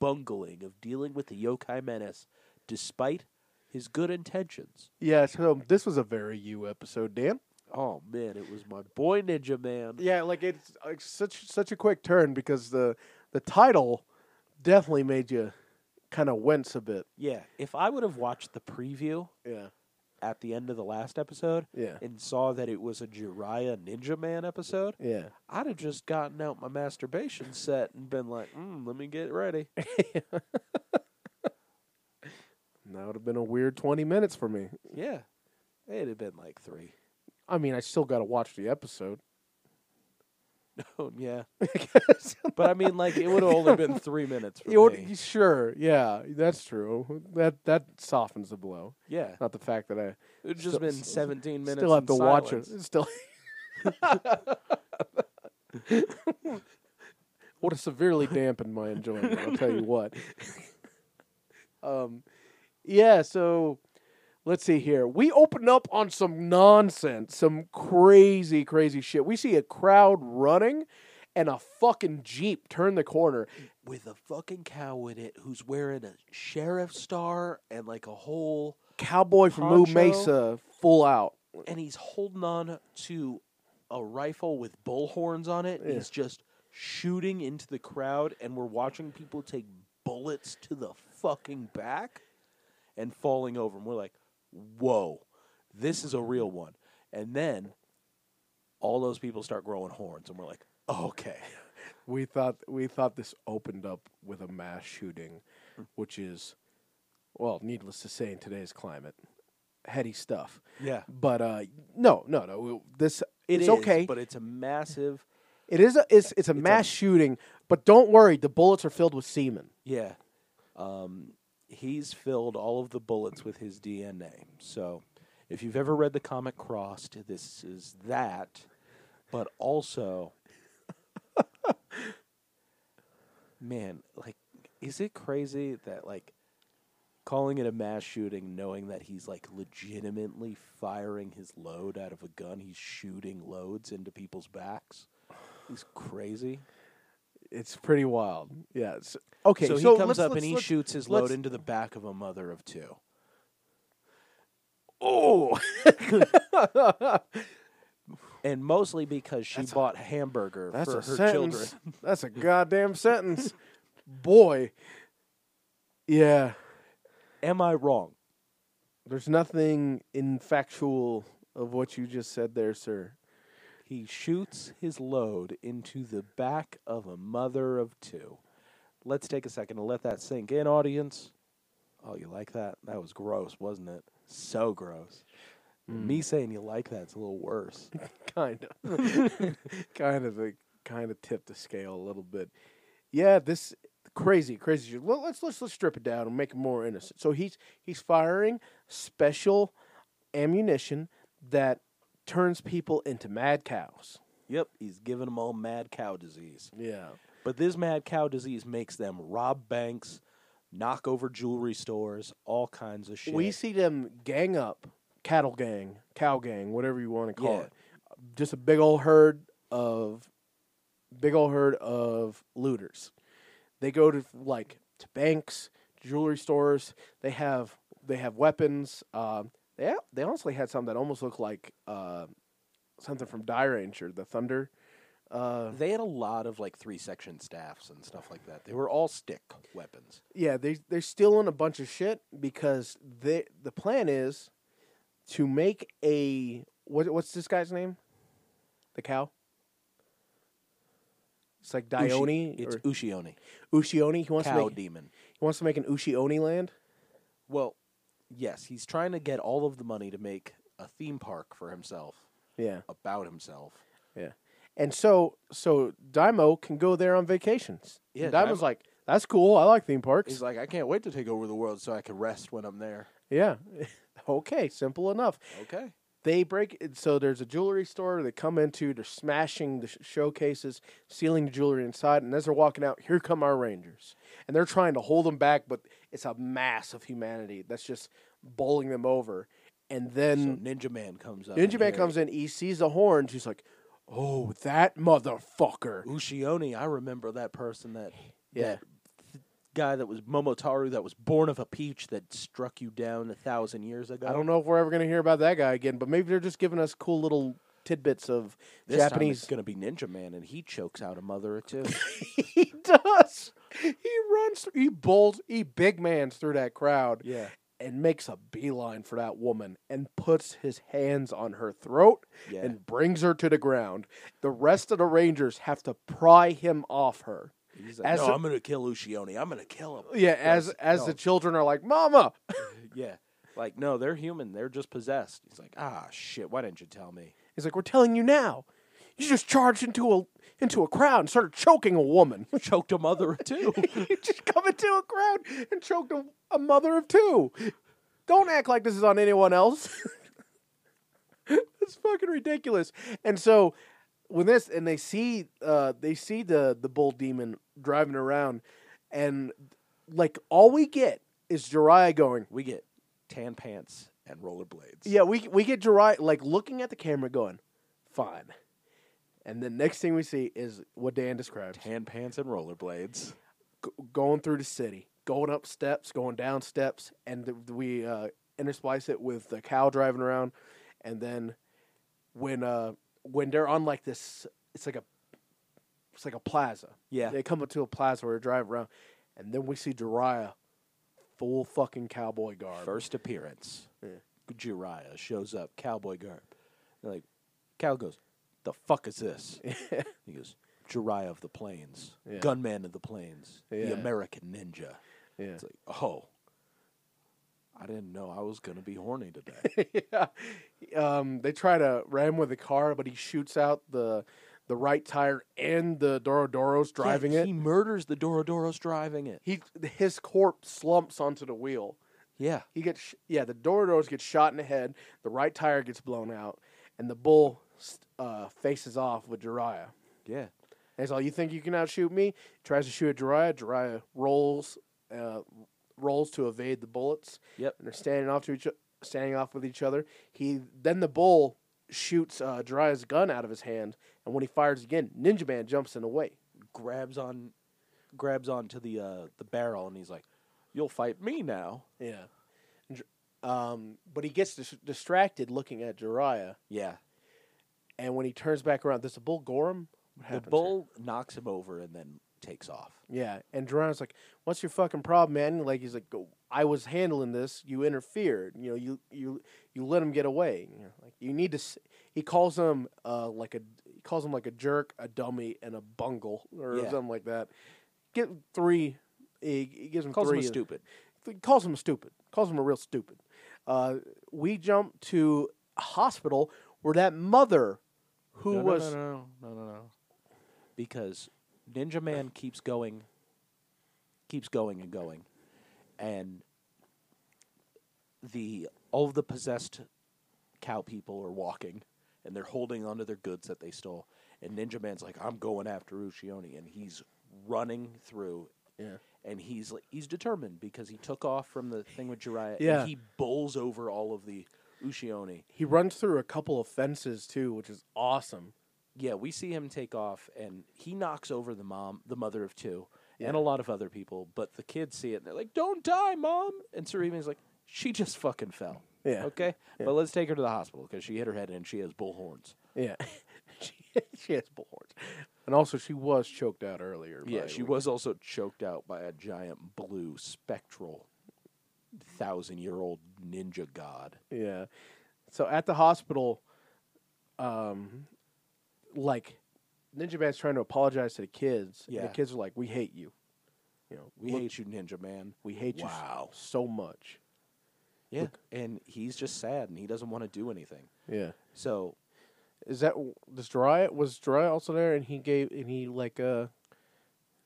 Speaker 2: bungling of dealing with the yokai menace despite his good intentions.
Speaker 3: Yeah. So this was a very you episode, Dan.
Speaker 2: Oh man, it was my boy Ninja Man.
Speaker 3: Yeah, like it's uh, such such a quick turn because the the title definitely made you kind of wince a bit.
Speaker 2: Yeah, if I would have watched the preview
Speaker 3: Yeah.
Speaker 2: at the end of the last episode
Speaker 3: Yeah.
Speaker 2: and saw that it was a Jiraiya Ninja Man episode,
Speaker 3: Yeah.
Speaker 2: I'd have just gotten out my masturbation set and been like, mm, let me get ready.
Speaker 3: And that would have been a weird twenty minutes for me.
Speaker 2: yeah, it'd have been like three.
Speaker 3: I mean, I still got to watch the episode.
Speaker 2: Oh, yeah. But I mean, like, it would have only been three minutes for
Speaker 3: You would-
Speaker 2: me.
Speaker 3: sure. Yeah, that's true. That that softens the blow.
Speaker 2: Yeah,
Speaker 3: Not the fact that I
Speaker 2: it would just
Speaker 3: Still-
Speaker 2: been
Speaker 3: still-
Speaker 2: 17 minutes.
Speaker 3: Still have
Speaker 2: in
Speaker 3: to watch it.
Speaker 2: silence.
Speaker 3: Still. Would have severely dampened my enjoyment. I'll tell you what. Um, yeah. So let's see here. We open up on some nonsense, some crazy, crazy shit. We see a crowd running, and a fucking jeep turn the corner.
Speaker 2: With a fucking cow in it who's wearing a sheriff star and like a whole.
Speaker 3: Cowboy from Moo
Speaker 2: Poncho?
Speaker 3: Mesa, full out.
Speaker 2: and he's holding on to a rifle with bull horns on it. and
Speaker 3: Yeah.
Speaker 2: He's just shooting into the crowd, and we're watching people take bullets to the fucking back and falling over. And we're like, whoa, this is a real one. And then all those people start growing horns, and we're like, okay.
Speaker 3: We thought we thought this opened up with a mass shooting, which is, well, needless to say in today's climate, heady stuff.
Speaker 2: Yeah.
Speaker 3: But uh, no, no, no. This
Speaker 2: It
Speaker 3: it's
Speaker 2: is,
Speaker 3: okay.
Speaker 2: but it's a massive.
Speaker 3: it is a it's it's a mass shooting. But don't worry, the bullets are filled with semen.
Speaker 2: Yeah. Um, he's filled all of the bullets with his DNA. So if you've ever read the comic Crossed, this is that, but also, man, like, is it crazy that, like, calling it a mass shooting, knowing that he's, like, legitimately firing his load out of a gun? He's shooting loads into people's backs. He's crazy.
Speaker 3: It's pretty wild. Yeah. it's- okay.
Speaker 2: so,
Speaker 3: So,
Speaker 2: he comes
Speaker 3: let's-
Speaker 2: up
Speaker 3: let's-
Speaker 2: and he
Speaker 3: let's-
Speaker 2: shoots his
Speaker 3: let's-
Speaker 2: load into the back of a mother of two.
Speaker 3: Oh,
Speaker 2: And mostly because she bought hamburger
Speaker 3: that's
Speaker 2: for
Speaker 3: a
Speaker 2: her
Speaker 3: sentence.
Speaker 2: children.
Speaker 3: that's a goddamn sentence, boy. Yeah.
Speaker 2: Am I wrong?
Speaker 3: There's nothing in factual of what you just said there, sir.
Speaker 2: He shoots his load into the back of a mother of two. Let's take a second and let that sink in, audience. Oh, you like that? That was gross, wasn't it? So gross.
Speaker 3: Mm.
Speaker 2: Me saying you like that's a little worse.
Speaker 3: kind of kind of the kind of tip the scale a little bit yeah this crazy crazy shit. Let- let's let's let's strip it down and make it more innocent so he's he's firing special ammunition that turns people into mad cows
Speaker 2: Yep, he's giving them all mad cow disease.
Speaker 3: yeah
Speaker 2: But this mad cow disease makes them rob banks, knock over jewelry stores, all kinds of shit.
Speaker 3: we see them gang up cattle gang cow gang whatever you want to call
Speaker 2: Yeah.
Speaker 3: it just a big old herd of big old herd of looters they go to like to banks jewelry stores they have they have weapons um, they, they honestly had something that almost looked like uh, something from die ranger the thunder uh,
Speaker 2: they had a lot of like three section staffs and stuff like that. They were all stick weapons.
Speaker 3: Yeah, they they're stealing a bunch of shit because they the plan is to make a what what's this guy's name? The cow. It's like Dione
Speaker 2: Ushi- it's
Speaker 3: or
Speaker 2: Ushioni,
Speaker 3: Ushioni. He wants to
Speaker 2: cow
Speaker 3: make
Speaker 2: demon.
Speaker 3: he wants to make an Ushioni land.
Speaker 2: Well, yes, he's trying to get all of the money to make a theme park for himself
Speaker 3: Yeah,
Speaker 2: about himself.
Speaker 3: yeah. And so so Daimo can go there on vacations.
Speaker 2: Yeah,
Speaker 3: Yeah, Daimo's
Speaker 2: Daimo-
Speaker 3: like that's cool. I like theme parks.
Speaker 2: He's like, I can't wait to take over the world so I can rest when I'm there.
Speaker 3: yeah. okay, simple enough.
Speaker 2: Okay.
Speaker 3: they break it- so there's a jewelry store they come into they're smashing the sh- showcases stealing the jewelry inside and as they're walking out here come our rangers and they're trying to hold them back but it's a mass of humanity that's just bowling them over and
Speaker 2: So
Speaker 3: then
Speaker 2: Ninja Man comes up.
Speaker 3: Hmm. ninja man comes in he sees the horns he's like oh that motherfucker
Speaker 2: Ushioni, I remember that person that
Speaker 3: Yeah.
Speaker 2: that th- guy that was Momotaru that was born of a peach that struck you down a thousand years ago.
Speaker 3: i don't know if we're ever going to hear about that guy again but maybe they're just giving us cool little tidbits of
Speaker 2: This
Speaker 3: japanese
Speaker 2: time it's gonna be Ninja Man, and he chokes out a mother or two.
Speaker 3: he does. He runs. He bowls. He big mans through that crowd.
Speaker 2: Yeah.
Speaker 3: And makes a beeline for that woman and puts his hands on her throat
Speaker 2: Yeah.
Speaker 3: and brings her to the ground. The rest of the Rangers have to pry him off her.
Speaker 2: He's like,
Speaker 3: As
Speaker 2: no,
Speaker 3: a-
Speaker 2: I'm gonna kill Ushioni. I'm gonna kill him.
Speaker 3: Yeah, as
Speaker 2: Yes,
Speaker 3: as
Speaker 2: no.
Speaker 3: the children are like, "Mama,
Speaker 2: yeah, like no, they're human. They're just possessed. He's like, ah, shit. Why didn't you tell me?
Speaker 3: He's like, "We're telling you now. You just charged into a into a crowd and started choking a woman.
Speaker 2: Choked a mother or two.
Speaker 3: you just come into a crowd and choked a, a mother of two. Don't act like this is on anyone else. That's fucking ridiculous. And so when this and they see uh, they see the the bull demon driving around, and like all we get is Jiraiya going.
Speaker 2: we get tan pants and rollerblades.
Speaker 3: Yeah, we we get Jiraiya like looking at the camera going, fine. And the next thing we see is what Dan described.
Speaker 2: tan pants and rollerblades.
Speaker 3: g- going through the city, going up steps, going down steps, and th- we uh, intersplice it with the cow driving around, and then when uh, when they're on like this, it's like a it's like a plaza.
Speaker 2: Yeah.
Speaker 3: they come up to a plaza where they drive around, and then we see Jiraiya, full fucking cowboy garb.
Speaker 2: First appearance.
Speaker 3: Yeah.
Speaker 2: Jiraiya shows up, cowboy garb. They're like, Cal goes, the fuck is this? he goes, Jiraiya of the Plains,
Speaker 3: Yeah.
Speaker 2: gunman of the Plains,
Speaker 3: Yeah.
Speaker 2: the American ninja.
Speaker 3: Yeah.
Speaker 2: It's like, oh, I didn't know I was gonna be horny today.
Speaker 3: yeah. Um, they try to ram with a car, but he shoots out the the right tire and the Dorodoros driving
Speaker 2: Yeah,
Speaker 3: it.
Speaker 2: He murders the Dorodoros driving it.
Speaker 3: He his corpse slumps onto the wheel.
Speaker 2: Yeah.
Speaker 3: He gets sh- yeah, the Dorodoros gets shot in the head. The right tire gets blown out, and the bull st- uh, faces off with Jiraiya.
Speaker 2: Yeah.
Speaker 3: And he's all, "You think you can outshoot me?" Tries to shoot at Jiraiya. Jiraiya rolls, uh, rolls to evade the bullets.
Speaker 2: Yep.
Speaker 3: And they're standing off to each, standing off with each other. He then the bull shoots uh, Jiraiya's gun out of his hand, and when he fires again, Ninja Man jumps in the way.
Speaker 2: Grabs on grabs onto the uh, the barrel and he's like, You'll fight me now.
Speaker 3: Yeah. And Jir- Um, but he gets dis- distracted looking at Jiraiya,
Speaker 2: Yeah.
Speaker 3: and when he turns back around, does the bull gore him?
Speaker 2: The
Speaker 3: What happens here?
Speaker 2: bull knocks him over and then takes off.
Speaker 3: Yeah, and Jerron's like, "What's your fucking problem, man?" Like he's like, "Go- "I was handling this. You interfered. You know, you you you let him get away. You know, like you need to." s He calls him uh like a he calls him like a jerk, a dummy, and a bungle or
Speaker 2: Yeah.
Speaker 3: something like that. Get three. He, he gives him
Speaker 2: Calls
Speaker 3: three.
Speaker 2: him a stupid.
Speaker 3: th- Calls him a stupid. Calls him a real stupid. Uh, we jump to a hospital where that mother, who
Speaker 2: No, no,
Speaker 3: was
Speaker 2: no, no, no, no, no. Because Ninja Man keeps going, keeps going and going, and the all of the possessed cow people are walking, and they're holding onto their goods that they stole. And Ninja Man's like, "I'm going after Ushioni," and he's running through.
Speaker 3: Yeah.
Speaker 2: And he's like, he's determined because he took off from the thing with Jiraiya.
Speaker 3: Yeah.
Speaker 2: And he bowls over all of the Ushioni.
Speaker 3: he runs through a couple of fences too, which is awesome.
Speaker 2: yeah, we see him take off, and he knocks over the mom, the mother of two, and
Speaker 3: Yeah.
Speaker 2: a lot of other people. But the kids see it, and they're like, "Don't die, mom!" And Serena's like, "She just fucking fell."
Speaker 3: Yeah.
Speaker 2: Okay. But let's take her to the hospital because she hit her head and she has bull horns.
Speaker 3: Yeah, she, she has bull horns, and also she was choked out earlier.
Speaker 2: Yeah,
Speaker 3: by-
Speaker 2: Uh, she was also choked out by a giant blue spectral thousand-year-old ninja god.
Speaker 3: Yeah, so at the hospital, um, like Ninja Man's trying to apologize to the kids, and
Speaker 2: Yeah.
Speaker 3: the kids are like, "We hate you, you know,
Speaker 2: We
Speaker 3: look,
Speaker 2: hate you, Ninja Man.
Speaker 3: we hate you
Speaker 2: Wow.
Speaker 3: so much."
Speaker 2: Yeah. And he's just sad, and he doesn't want to do anything.
Speaker 3: Yeah,
Speaker 2: So
Speaker 3: is that does Jiraiya was Jiraiya also there, and he gave and he like uh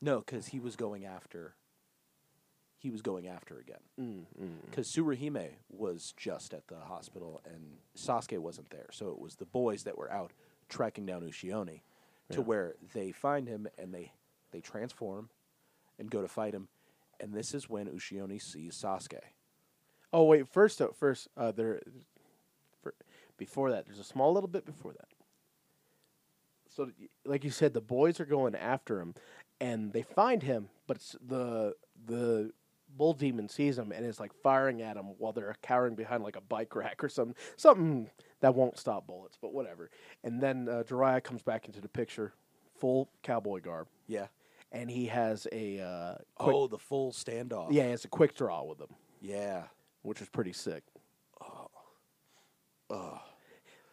Speaker 2: No, because he was going after. He was going after
Speaker 3: Mm,
Speaker 2: again. Because Surahime was just at the hospital and Sasuke wasn't there. So it was the boys that were out tracking down Ushioni to where they find him and they, they transform and go to fight him. And this is when Ushioni sees Sasuke.
Speaker 3: oh wait first uh, first uh there for, before that there's a small little bit before that so y- like you said the boys are going after him and they find him but s- the the bull demon sees him and is like firing at him while they're cowering behind like a bike rack or something something that won't stop bullets but whatever and then uh, Jiraiya comes back into the picture full cowboy garb
Speaker 2: Yeah.
Speaker 3: and he has a uh, quick,
Speaker 2: Oh, the full standoff.
Speaker 3: yeah he has a quick draw with him
Speaker 2: Yeah.
Speaker 3: which is pretty sick. Oh.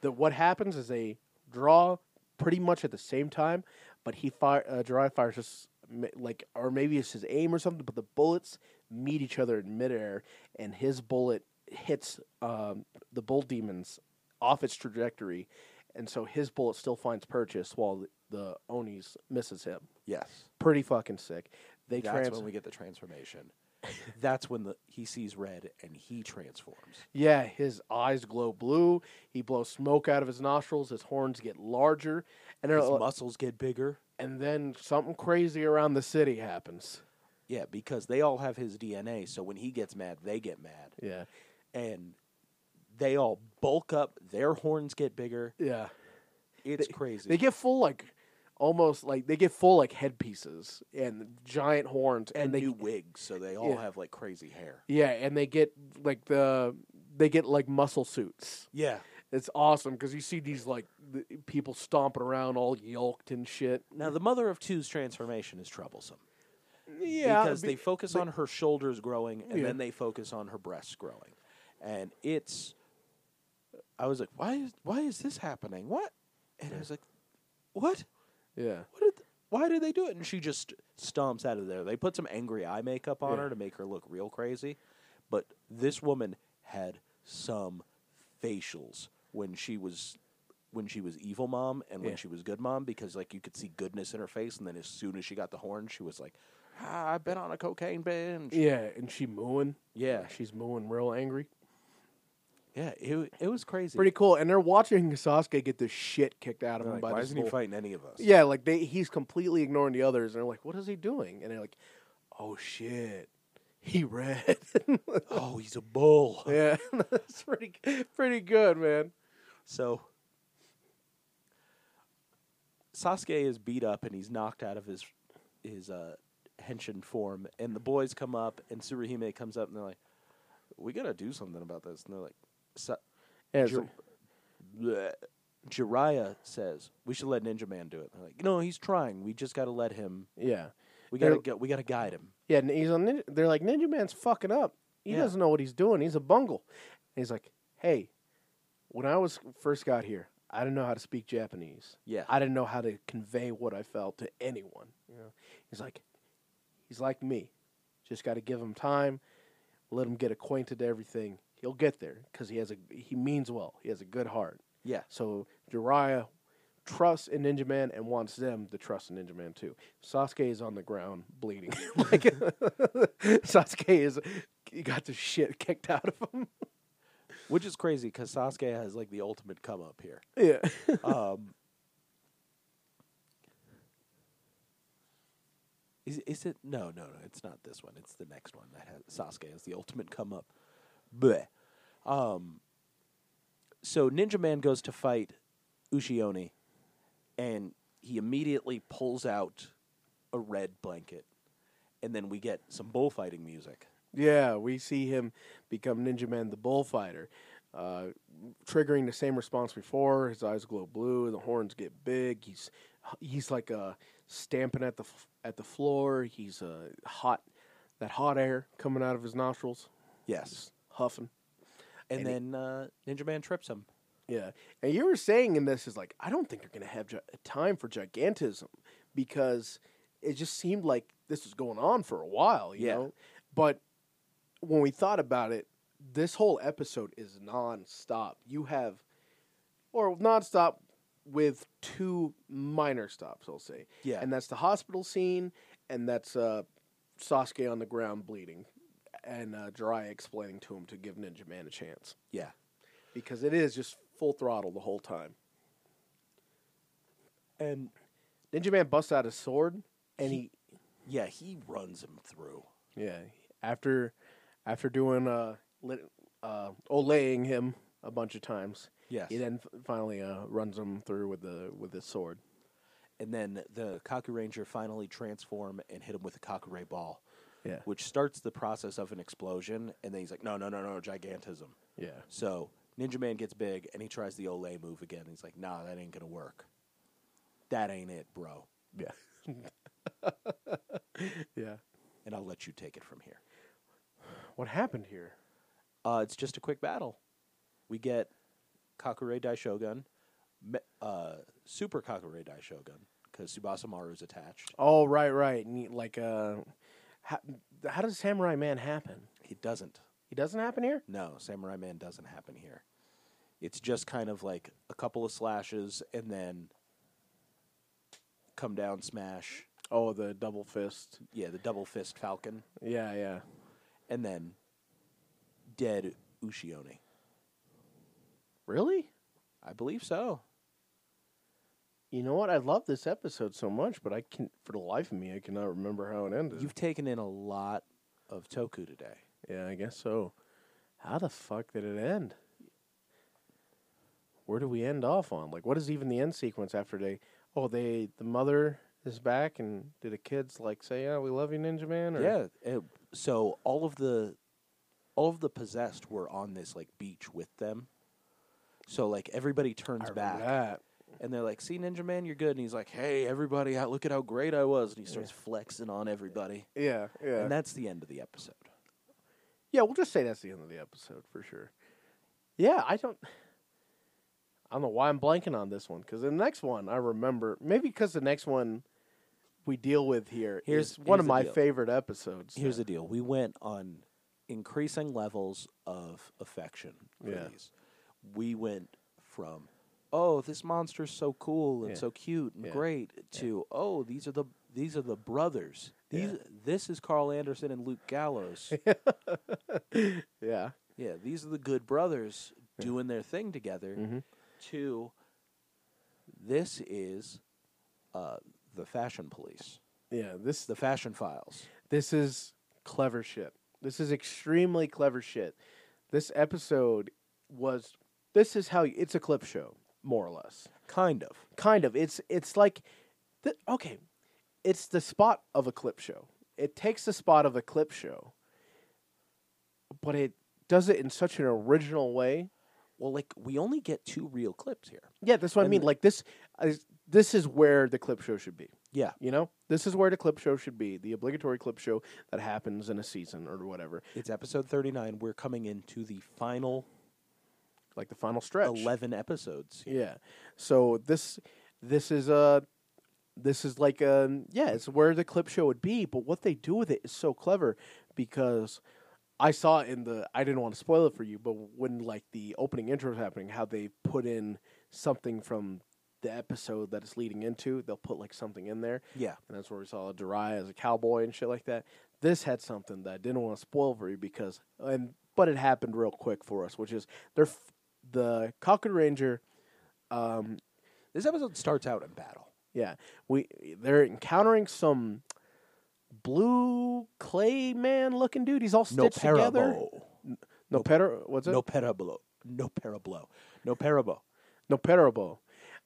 Speaker 3: The, what happens is they draw pretty much at the same time, but he fire uh, Jiraiya fires just like or maybe it's his aim or something, but the bullets meet each other in midair, and his bullet hits um, the bull demons off its trajectory, and so his bullet still finds purchase while the, the Oni's misses him.
Speaker 2: Yes.
Speaker 3: Pretty fucking sick. They
Speaker 2: That's
Speaker 3: trans-
Speaker 2: when we get the transformation. That's when the, he sees red and he transforms.
Speaker 3: Yeah, his eyes glow blue. He blows smoke out of his nostrils. His horns get larger, and they're
Speaker 2: His
Speaker 3: like-
Speaker 2: muscles get bigger.
Speaker 3: and then something crazy around the city happens.
Speaker 2: Yeah, because they all have his DNA, so when he gets mad, they get mad.
Speaker 3: Yeah,
Speaker 2: And they all bulk up, their horns get bigger.
Speaker 3: yeah.
Speaker 2: It's crazy.
Speaker 3: They get full like almost like they get full like headpieces and giant horns, and,
Speaker 2: and
Speaker 3: they
Speaker 2: new wigs, so they all
Speaker 3: Yeah.
Speaker 2: have like crazy hair.
Speaker 3: yeah, and they get like the they get like muscle suits.
Speaker 2: Yeah.
Speaker 3: It's awesome because you see these like the, people stomping around all yoked and shit.
Speaker 2: Now the mother of two's transformation is troublesome.
Speaker 3: Yeah,
Speaker 2: because
Speaker 3: be-
Speaker 2: they focus on her shoulders growing and
Speaker 3: Yeah.
Speaker 2: then they focus on her breasts growing. And it's I was like, Why is why is this happening? What? And I was like, What?
Speaker 3: yeah.
Speaker 2: what did why did they do it? And she just stomps out of there. They put some angry eye makeup on
Speaker 3: Yeah.
Speaker 2: her to make her look real crazy. but this woman had some facials when she was when she was evil mom and when
Speaker 3: Yeah.
Speaker 2: she was good mom because like you could see goodness in her face and then as soon as she got the horn she was like ah, I've been on a cocaine binge
Speaker 3: Yeah, and she mooing.
Speaker 2: Yeah.
Speaker 3: she's mooing real angry.
Speaker 2: yeah it it was crazy
Speaker 3: Pretty cool. And they're watching Sasuke get the shit kicked out of
Speaker 2: They're
Speaker 3: him
Speaker 2: like,
Speaker 3: by
Speaker 2: why
Speaker 3: this
Speaker 2: isn't he
Speaker 3: little-
Speaker 2: fighting any of us
Speaker 3: Yeah, like they he's completely ignoring the others, and they're like, "What is he doing?" And they're like, "Oh shit, he read."
Speaker 2: oh he's a bull
Speaker 3: yeah, that's pretty pretty good, man.
Speaker 2: So Sasuke is beat up and he's knocked out of his his uh, henshin form, and the boys come up and Tsuruhime comes up and they're like, "We gotta do something about this." And they're like, Sa-
Speaker 3: Yeah, it's
Speaker 2: Jir- bleh.
Speaker 3: like-
Speaker 2: "Jiraiya says we should let Ninja Man do it." And they're like, "No, he's trying. We just gotta let him.
Speaker 3: yeah,
Speaker 2: We
Speaker 3: They're-
Speaker 2: gotta go, we gotta guide him."
Speaker 3: yeah. And he's on. Ninja, they're like, "Ninja Man's fucking up. He
Speaker 2: Yeah.
Speaker 3: doesn't know what he's doing. He's a bungle." And he's like, "Hey, when I was first got here, I didn't know how to speak Japanese.
Speaker 2: Yeah.
Speaker 3: I didn't know how to convey what I felt to anyone. You know, he's like, he's like me. Just got to give him time, let him get acquainted to everything. He'll get there because he has a he means well. He has a good heart.
Speaker 2: Yeah.
Speaker 3: So Jiraiya trusts in Ninja Man and wants them to trust in Ninja Man too. Sasuke is on the ground bleeding. like Sasuke is he got the shit kicked out of him.
Speaker 2: Which is crazy because Sasuke has like the ultimate come up here.
Speaker 3: Yeah.
Speaker 2: Um, is is it? No, no, no. It's not this one. It's the next one that has Sasuke as the ultimate come up. Bleh. Um, so Ninja Man goes to fight Ushioni, and he immediately pulls out a red blanket, and then we get some bullfighting music.
Speaker 3: Yeah, we see him become Ninja Man the bullfighter, uh, triggering the same response before. His eyes glow blue, the horns get big. He's he's like uh, stamping at the f- at the floor. He's uh, hot, that hot air coming out of his nostrils,
Speaker 2: Yes,
Speaker 3: huffing.
Speaker 2: and,
Speaker 3: And
Speaker 2: then uh, Ninja Man trips him.
Speaker 3: Yeah, and you were saying in this is like I don't think they're gonna have gi- time for gigantism because it just seemed like this was going on for a while, you
Speaker 2: Yeah.
Speaker 3: know. But when we thought about it, this whole episode is nonstop. You have, or nonstop with two minor stops, I'll say.
Speaker 2: Yeah.
Speaker 3: and that's the hospital scene, and that's uh, Sasuke on the ground bleeding, and uh, Jiraiya explaining to him to give Ninja Man a chance
Speaker 2: Yeah,
Speaker 3: because it is just full throttle the whole time.
Speaker 2: and
Speaker 3: Ninja Man busts out his sword, and he,
Speaker 2: yeah, he runs him through.
Speaker 3: yeah after after doing uh, lit, uh olaying him a bunch of times,
Speaker 2: Yes.
Speaker 3: he then f- finally uh, runs him through with the with his sword.
Speaker 2: and then the Kaku Ranger finally transform and hit him with a Kakure ball,
Speaker 3: Yeah,
Speaker 2: which starts the process of an explosion. And then he's like, no, no, no, no, gigantism.
Speaker 3: yeah,
Speaker 2: So Ninja Man gets big and he tries the Olay move again. He's like, nah, that ain't gonna work. That ain't it, bro.
Speaker 3: yeah, yeah.
Speaker 2: And I'll let you take it from here.
Speaker 3: What happened here?
Speaker 2: Uh, it's just a quick battle. We get Kakure Daishogun, me- uh, Super Kakure Daishogun, because Tsubasa Maru's attached.
Speaker 3: Oh, right, right. And he, like, uh, how, how does Samurai Man happen?
Speaker 2: It doesn't.
Speaker 3: He doesn't happen here.
Speaker 2: No, Samurai Man doesn't happen here. It's just kind of like a couple of slashes and then come down smash.
Speaker 3: Oh, the double fist.
Speaker 2: Yeah, the double fist falcon
Speaker 3: Yeah, yeah.
Speaker 2: and then dead Ushioni.
Speaker 3: Really?
Speaker 2: I believe so.
Speaker 3: You know what? I love this episode so much, but I can for the life of me I cannot remember how it ended.
Speaker 2: You've taken in a lot of Toku today.
Speaker 3: yeah, I guess so. How the fuck did it end? Where do we end off on? Like what is even the end sequence after they oh they the mother is back and do the kids like say, Yeah, we love you, Ninja Man or
Speaker 2: Yeah, it- so all of the all of the possessed were on this like beach with them. So like everybody
Speaker 3: I
Speaker 2: turns
Speaker 3: remember
Speaker 2: back.
Speaker 3: that.
Speaker 2: And they're like, "See, Ninja Man, you're good." And he's like, "Hey, everybody, I- look at how great I was!" And he starts flexing on everybody.
Speaker 3: Yeah, yeah.
Speaker 2: And that's the end of the episode.
Speaker 3: yeah, we'll just say that's the end of the episode for sure. Yeah, I don't I don't know why I'm blanking on this one because the next one I remember maybe because the next one we deal with here
Speaker 2: Here's-
Speaker 3: is one
Speaker 2: here's
Speaker 3: of
Speaker 2: the
Speaker 3: my
Speaker 2: deal.
Speaker 3: favorite episodes.
Speaker 2: Here's
Speaker 3: then.
Speaker 2: the deal: we went on increasing levels of affection for
Speaker 3: Yeah.
Speaker 2: these. We went from, oh, this monster's so cool and
Speaker 3: Yeah.
Speaker 2: so cute and
Speaker 3: Yeah.
Speaker 2: great to, oh, these are the these are the brothers. These this is Carl Anderson and Luke Gallows.
Speaker 3: Yeah.
Speaker 2: yeah, these are the good brothers doing their thing together.
Speaker 3: Mm-hmm.
Speaker 2: To this is uh, the fashion police,
Speaker 3: Yeah. This
Speaker 2: the fashion files.
Speaker 3: this is clever shit. This is extremely clever shit. This episode was this is how it's a clip show, more or less.
Speaker 2: Kind of.
Speaker 3: Kind of. It's it's like the, okay, it's the spot of a clip show. It takes the spot of a clip show, but it does it in such an original way.
Speaker 2: Well, like we only get two real clips here.
Speaker 3: Yeah, that's what I
Speaker 2: And
Speaker 3: mean.
Speaker 2: the-
Speaker 3: Like this is this is where the clip show should be.
Speaker 2: Yeah,
Speaker 3: You know, this is where the clip show should be. The obligatory clip show that happens in a season or whatever,
Speaker 2: it's episode 39. We're coming into the final
Speaker 3: like the final stretch.
Speaker 2: 11 episodes.
Speaker 3: Yeah. So this this is a this is like um yeah, it's where the clip show would be, but what they do with it is so clever because I saw in the I didn't want to spoil it for you, but when like the opening intro is happening, how they put in something from the episode that it's leading into, they'll put like something in there.
Speaker 2: Yeah.
Speaker 3: And that's where we saw Dariah as a cowboy and shit like that. This had something that I didn't want to spoil for you because, and but it happened real quick for us, which is they're f- the Cochrane Ranger.
Speaker 2: This episode starts out in battle.
Speaker 3: Yeah, we they're encountering some blue clay man looking dude. He's all
Speaker 2: No
Speaker 3: stitched together.
Speaker 2: parabo.
Speaker 3: No per what's it?
Speaker 2: No parabolo. No parablo. No parabo.
Speaker 3: No parabo.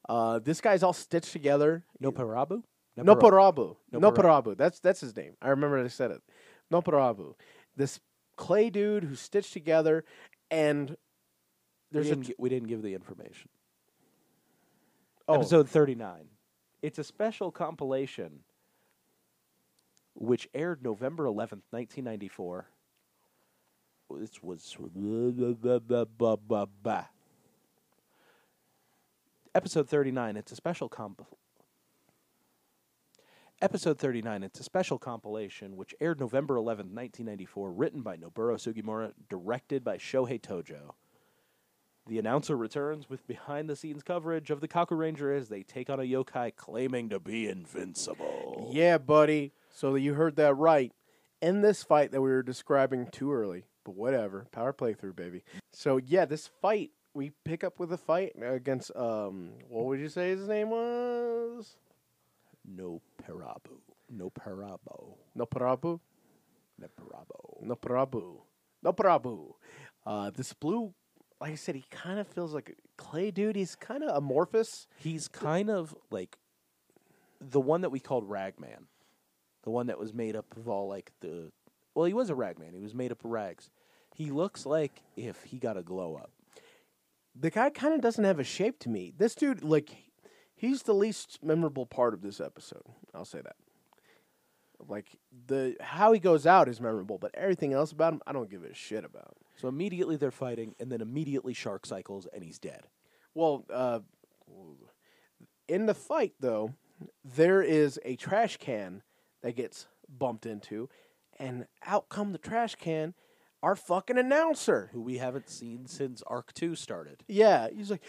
Speaker 3: Uh, this guy's all stitched together.
Speaker 2: No parabu?
Speaker 3: No
Speaker 2: parabo.
Speaker 3: Parabu.
Speaker 2: No
Speaker 3: No
Speaker 2: Para-
Speaker 3: Parabu. That's that's his name. I remember I said it. No Parabu. This clay dude who's stitched together, and
Speaker 2: There's
Speaker 3: there's
Speaker 2: we,
Speaker 3: a
Speaker 2: didn't, gi- we didn't give the information.
Speaker 3: oh,
Speaker 2: Episode 39. It's a special compilation which aired November 11th, 1994. This was Episode 39. It's a special comp Episode 39, it's a special compilation which aired November 11th, 1994, written by Noboru Sugimura, directed by Shohei Tojo. The announcer returns with behind the scenes coverage of the Kaku Ranger as they take on a yokai claiming to be invincible.
Speaker 3: yeah, buddy. So you heard that right. In this fight that we were describing too early, but whatever. Power playthrough, baby. So yeah, this fight we pick up with a fight against um, what would you say his name was?
Speaker 2: No parabu. No parabo.
Speaker 3: No Parabu.
Speaker 2: No parabo.
Speaker 3: No Prabu. No Prabu. Uh, this blue, like I said, he kind of feels like a clay dude. He's kind of amorphous.
Speaker 2: He's kind of like the one that we called Ragman. The one that was made up of all like the. Well, he was a ragman. He was made up of rags. He looks like if he got a glow up.
Speaker 3: The guy kind of doesn't have a shape to me. This dude, like, he's the least memorable part of this episode. I'll say that. Like the how he goes out is memorable, but everything else about him, I don't give a shit about.
Speaker 2: So immediately they're fighting, and then immediately Shark cycles, and he's dead.
Speaker 3: Well, uh, in the fight, though, there is a trash can that gets bumped into, and out come the trash can, our fucking announcer.
Speaker 2: Who we haven't seen since Arc 2 started.
Speaker 3: Yeah, he's like,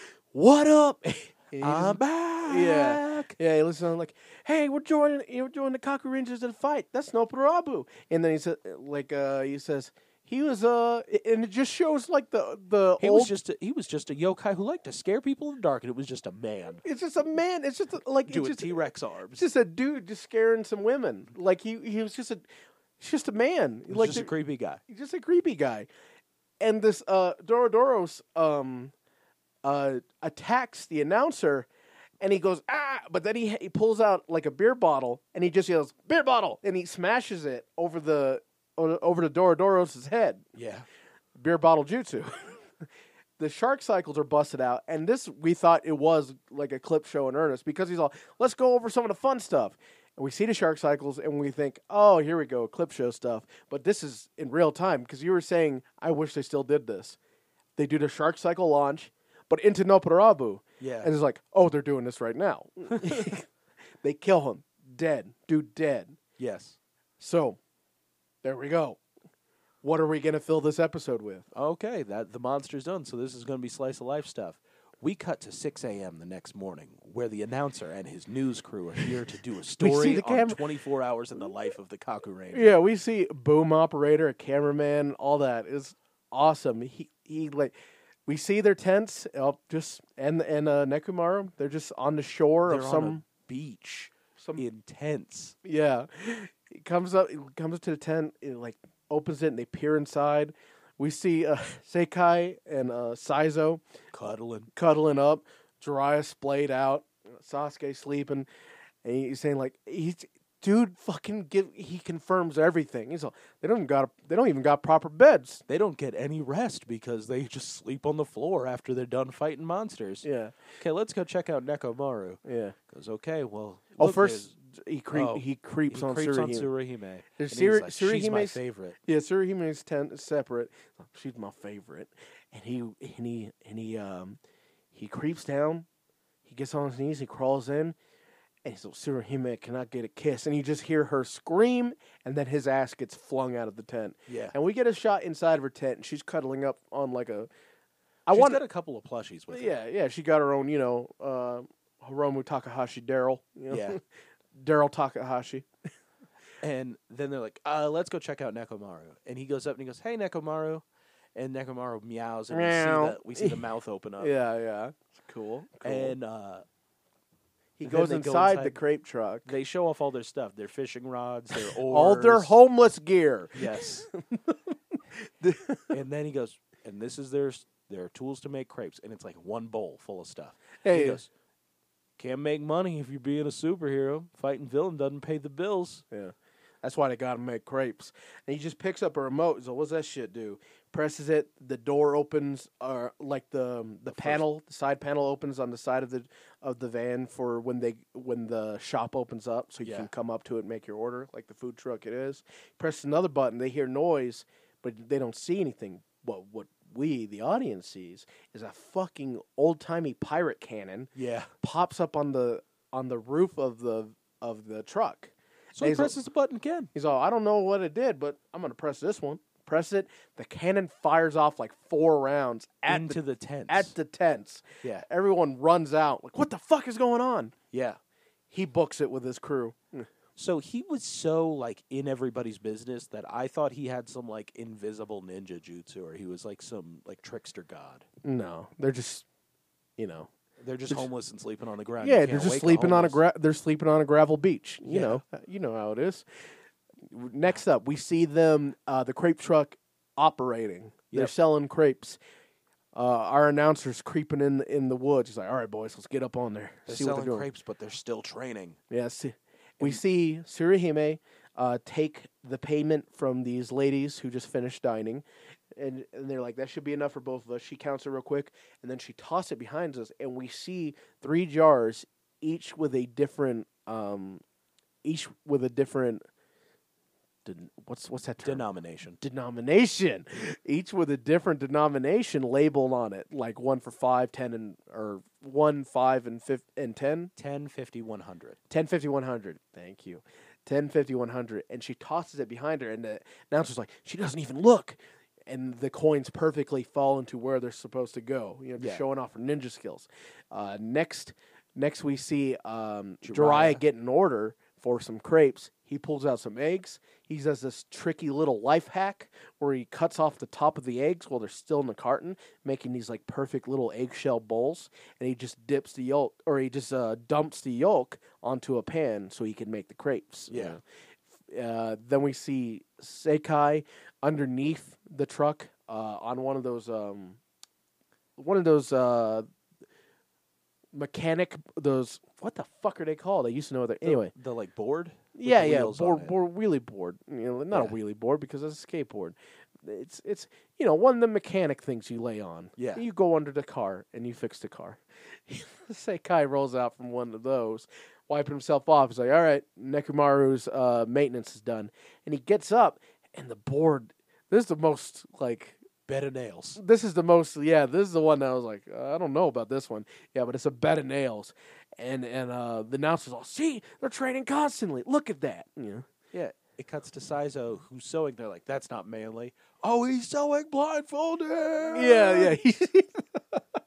Speaker 3: "What up?" And he just-
Speaker 2: I'm back!
Speaker 3: yeah, yeah. He listens I'm like, "Hey, we're joining, you're joining the Cocker Rangers in a fight. That's no parabu." And then he said, like, uh, he says. He was uh, and it just shows like the the
Speaker 2: He
Speaker 3: old
Speaker 2: was just a, he was just a yokai who liked to scare people in the dark, and it was just a man
Speaker 3: it's just a man. It's just like it's
Speaker 2: doing
Speaker 3: just-
Speaker 2: T Rex
Speaker 3: It's
Speaker 2: arms.
Speaker 3: just a dude just scaring some women. Like he he was just a he's just a man.
Speaker 2: He was
Speaker 3: like
Speaker 2: just a
Speaker 3: the-
Speaker 2: creepy guy.
Speaker 3: he's just a creepy guy. And this uh Dorodoros um uh attacks the announcer and he goes ah but then he he pulls out like a beer bottle and he just yells beer bottle and he smashes it over the o- over to Dorodoros' head.
Speaker 2: Yeah,
Speaker 3: Beer bottle jutsu. The shark cycles are busted out, and this we thought it was like a clip show in earnest because he's all, let's go over some of the fun stuff. And we see the shark cycles and we think, oh, here we go, clip show stuff. But this is in real time because you were saying, I wish they still did this. They do the shark cycle launch, but into Noparabu.
Speaker 2: Yeah.
Speaker 3: And it's like, oh, they're doing this right now. they kill him, dead, dude, dead.
Speaker 2: yes.
Speaker 3: So, there we go. what are we going to fill this episode with?
Speaker 2: okay, that the monster's done, so this is going to be slice of life stuff. We cut to 6 a.m. the next morning, where the announcer and his news crew are here to do a story
Speaker 3: the
Speaker 2: on
Speaker 3: cam-
Speaker 2: 24 hours in the life of the Kaku Ranger.
Speaker 3: Yeah, we see boom operator, a cameraman, all that is awesome. He he like we see their tents up just and and uh, Nekumaru, they're just on the shore
Speaker 2: They're
Speaker 3: of
Speaker 2: on
Speaker 3: some
Speaker 2: a beach,
Speaker 3: some-
Speaker 2: intense.
Speaker 3: yeah. He comes up he comes to the tent, it like opens it and they peer inside. We see uh, Sekai and uh, Saizo
Speaker 2: cuddling.
Speaker 3: cuddling up, Jiraiya splayed out, Sasuke sleeping, and he's saying like he's dude fucking give he confirms everything. He's all they don't even got they don't even got proper beds.
Speaker 2: They don't get any rest because they just sleep on the floor after they're done fighting monsters.
Speaker 3: Yeah,
Speaker 2: Okay, let's go check out Nekomaru.
Speaker 3: yeah.
Speaker 2: Goes, okay, well.
Speaker 3: Oh,
Speaker 2: look,
Speaker 3: first he creep
Speaker 2: oh,
Speaker 3: he creeps
Speaker 2: there's-
Speaker 3: on
Speaker 2: he creeps on
Speaker 3: Tsuruhime.
Speaker 2: Tsuruhime. And
Speaker 3: There's
Speaker 2: he's
Speaker 3: Tsuru-
Speaker 2: like, She's my
Speaker 3: Tsuruhime's-
Speaker 2: favorite.
Speaker 3: yeah, Tsuruhime's tent is separate. She's my favorite, and he and he and he um he creeps down. He gets on his knees. He crawls in. And so Tsuruhime cannot get a kiss, and you just hear her scream, and then his ass gets flung out of the tent.
Speaker 2: Yeah.
Speaker 3: And we get a shot inside of her tent, and she's cuddling up on like a. I
Speaker 2: I She's
Speaker 3: want.
Speaker 2: got a couple of plushies with her.
Speaker 3: yeah, yeah. She got her own, you know, uh, Hiromu Takahashi, Daryl. You know?
Speaker 2: Yeah.
Speaker 3: Daryl Takahashi.
Speaker 2: And then they're like, uh, let's go check out Nekomaru. And he goes up and he goes, hey, Nekomaru. And Nekomaru meows and we see,
Speaker 3: Meow.
Speaker 2: the, we see the mouth open up.
Speaker 3: Yeah, yeah.
Speaker 2: Uh, Cool.
Speaker 3: cool.
Speaker 2: And uh,
Speaker 3: He
Speaker 2: Then
Speaker 3: goes
Speaker 2: they go
Speaker 3: inside, the
Speaker 2: inside-
Speaker 3: crepe truck.
Speaker 2: they show off all their stuff their fishing rods, their oars.
Speaker 3: All their homeless gear.
Speaker 2: Yes. and then he goes, and this is their, s- their tools to make crepes. And it's like one bowl full of stuff.
Speaker 3: Hey,
Speaker 2: He goes, can't make money if you're being a superhero. Fighting villain doesn't pay the bills.
Speaker 3: Yeah. That's why they got to make crepes. And he just picks up a remote. So what's that shit do? Presses it. The door opens, or like the um, the, panel, the side panel opens on the side of the of the van for when they when the shop opens up, so you
Speaker 2: Yeah.
Speaker 3: can come up to it and make your order, like the food truck it is. Press another button. They hear noise, but they don't see anything. What what we the audience sees is a fucking old timey pirate cannon
Speaker 2: Yeah.
Speaker 3: pops up on the on the roof of the of the truck.
Speaker 2: So he
Speaker 3: Hazel-
Speaker 2: presses the button again.
Speaker 3: He's all, I don't know what it did, but I'm gonna press this one. Press it. The cannon fires off like four rounds at
Speaker 2: into
Speaker 3: the,
Speaker 2: the, tent.
Speaker 3: at the tents.
Speaker 2: yeah.
Speaker 3: Everyone runs out. Like, what the fuck is going on?
Speaker 2: Yeah.
Speaker 3: He books it with his crew.
Speaker 2: So he was so like in everybody's business that I thought he had some like invisible ninja jutsu or he was like some like trickster god.
Speaker 3: No, they're just, you know,
Speaker 2: They're just
Speaker 3: There's-
Speaker 2: homeless and sleeping on the ground. You
Speaker 3: yeah, they're
Speaker 2: can't
Speaker 3: just
Speaker 2: wake
Speaker 3: sleeping on a
Speaker 2: homeless.
Speaker 3: gra- they're sleeping on a gravel beach. You
Speaker 2: Yeah.
Speaker 3: know, you know how it is. Next up, we see them uh, the crepe truck operating. They're
Speaker 2: Yep.
Speaker 3: selling crepes. Uh, our announcer's creeping in in the woods. He's like, "All right, boys, let's get up on there.
Speaker 2: They're
Speaker 3: see what they're
Speaker 2: selling
Speaker 3: doing."
Speaker 2: crepes, but they're still training.
Speaker 3: Yes. We see Surihime uh, take the payment from these ladies who just finished dining. And, and they're like, that should be enough for both of us. She counts it real quick. And then she tosses it behind us. And we see three jars, each with a different, um, each with a different, den- what's, what's that term?
Speaker 2: Denomination.
Speaker 3: denomination, each with a different denomination labeled on it. Like one for five, ten, and, or one, five, and, fif- and ten.
Speaker 2: 10, 50, 100.
Speaker 3: 10 50 100 thank you 10 50 100 and she tosses it behind her and the announcer's like she doesn't even look and the coins perfectly fall into where they're supposed to go you know just
Speaker 2: Yeah.
Speaker 3: showing off her ninja skills uh, next next we see um,
Speaker 2: Jiraiya.
Speaker 3: Jiraiya get an order for some crepes he pulls out some eggs he does this tricky little life hack where he cuts off the top of the eggs while they're still in the carton making these like perfect little eggshell bowls and he just dips the yolk or he just uh, dumps the yolk onto a pan so he can make the crepes. you
Speaker 2: Yeah.
Speaker 3: know. Uh, then we see Sekai underneath the truck uh, on one of those um, one of those uh, mechanic those what the fuck are they called? I used to know what they anyway.
Speaker 2: The, like board? with
Speaker 3: yeah,
Speaker 2: the
Speaker 3: yeah,
Speaker 2: wheels on
Speaker 3: board,
Speaker 2: it.
Speaker 3: board, wheelie board. You know, not a
Speaker 2: Yeah.
Speaker 3: wheelie board because it's a skateboard. It's it's you know one of the mechanic things you lay on.
Speaker 2: Yeah.
Speaker 3: you go under the car and you fix the car. Say Kai rolls out from one of those, wiping himself off. He's like, "All right, Nekumaru's uh, maintenance is done," and he gets up and the board. This is the most like
Speaker 2: Bed of nails.
Speaker 3: this is the most yeah this is the one that i was like uh, i don't know about this one yeah but it's a bed of nails and and uh the announcer's all see they're training constantly look at that yeah
Speaker 2: Yeah. it cuts to Saizo who's sewing. They're like, "That's not manly." Oh, he's sewing blindfolded.
Speaker 3: Yeah, yeah.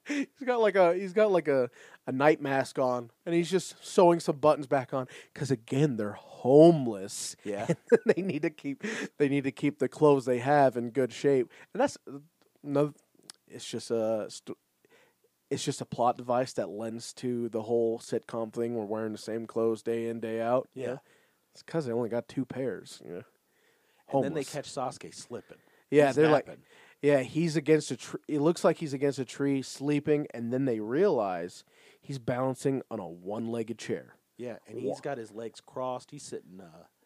Speaker 3: he's got like a he's got like a, a night mask on, and he's just sewing some buttons back on because again they're homeless.
Speaker 2: Yeah.
Speaker 3: and they need to keep they need to keep the clothes they have in good shape, and that's no. It's just a st- it's just a plot device that lends to the whole sitcom thing. We're wearing the same clothes day in day out.
Speaker 2: Yeah.
Speaker 3: it's because they only got two pairs. Yeah,
Speaker 2: And then they
Speaker 3: Homeless.
Speaker 2: catch Sasuke slipping.
Speaker 3: Yeah,
Speaker 2: He's
Speaker 3: they're like,
Speaker 2: napping.
Speaker 3: yeah, he's against a tree. It looks like he's against a tree, sleeping, and then they realize he's balancing on a one-legged chair.
Speaker 2: Yeah, and
Speaker 3: Wha-
Speaker 2: he's got his legs crossed. He's sitting uh,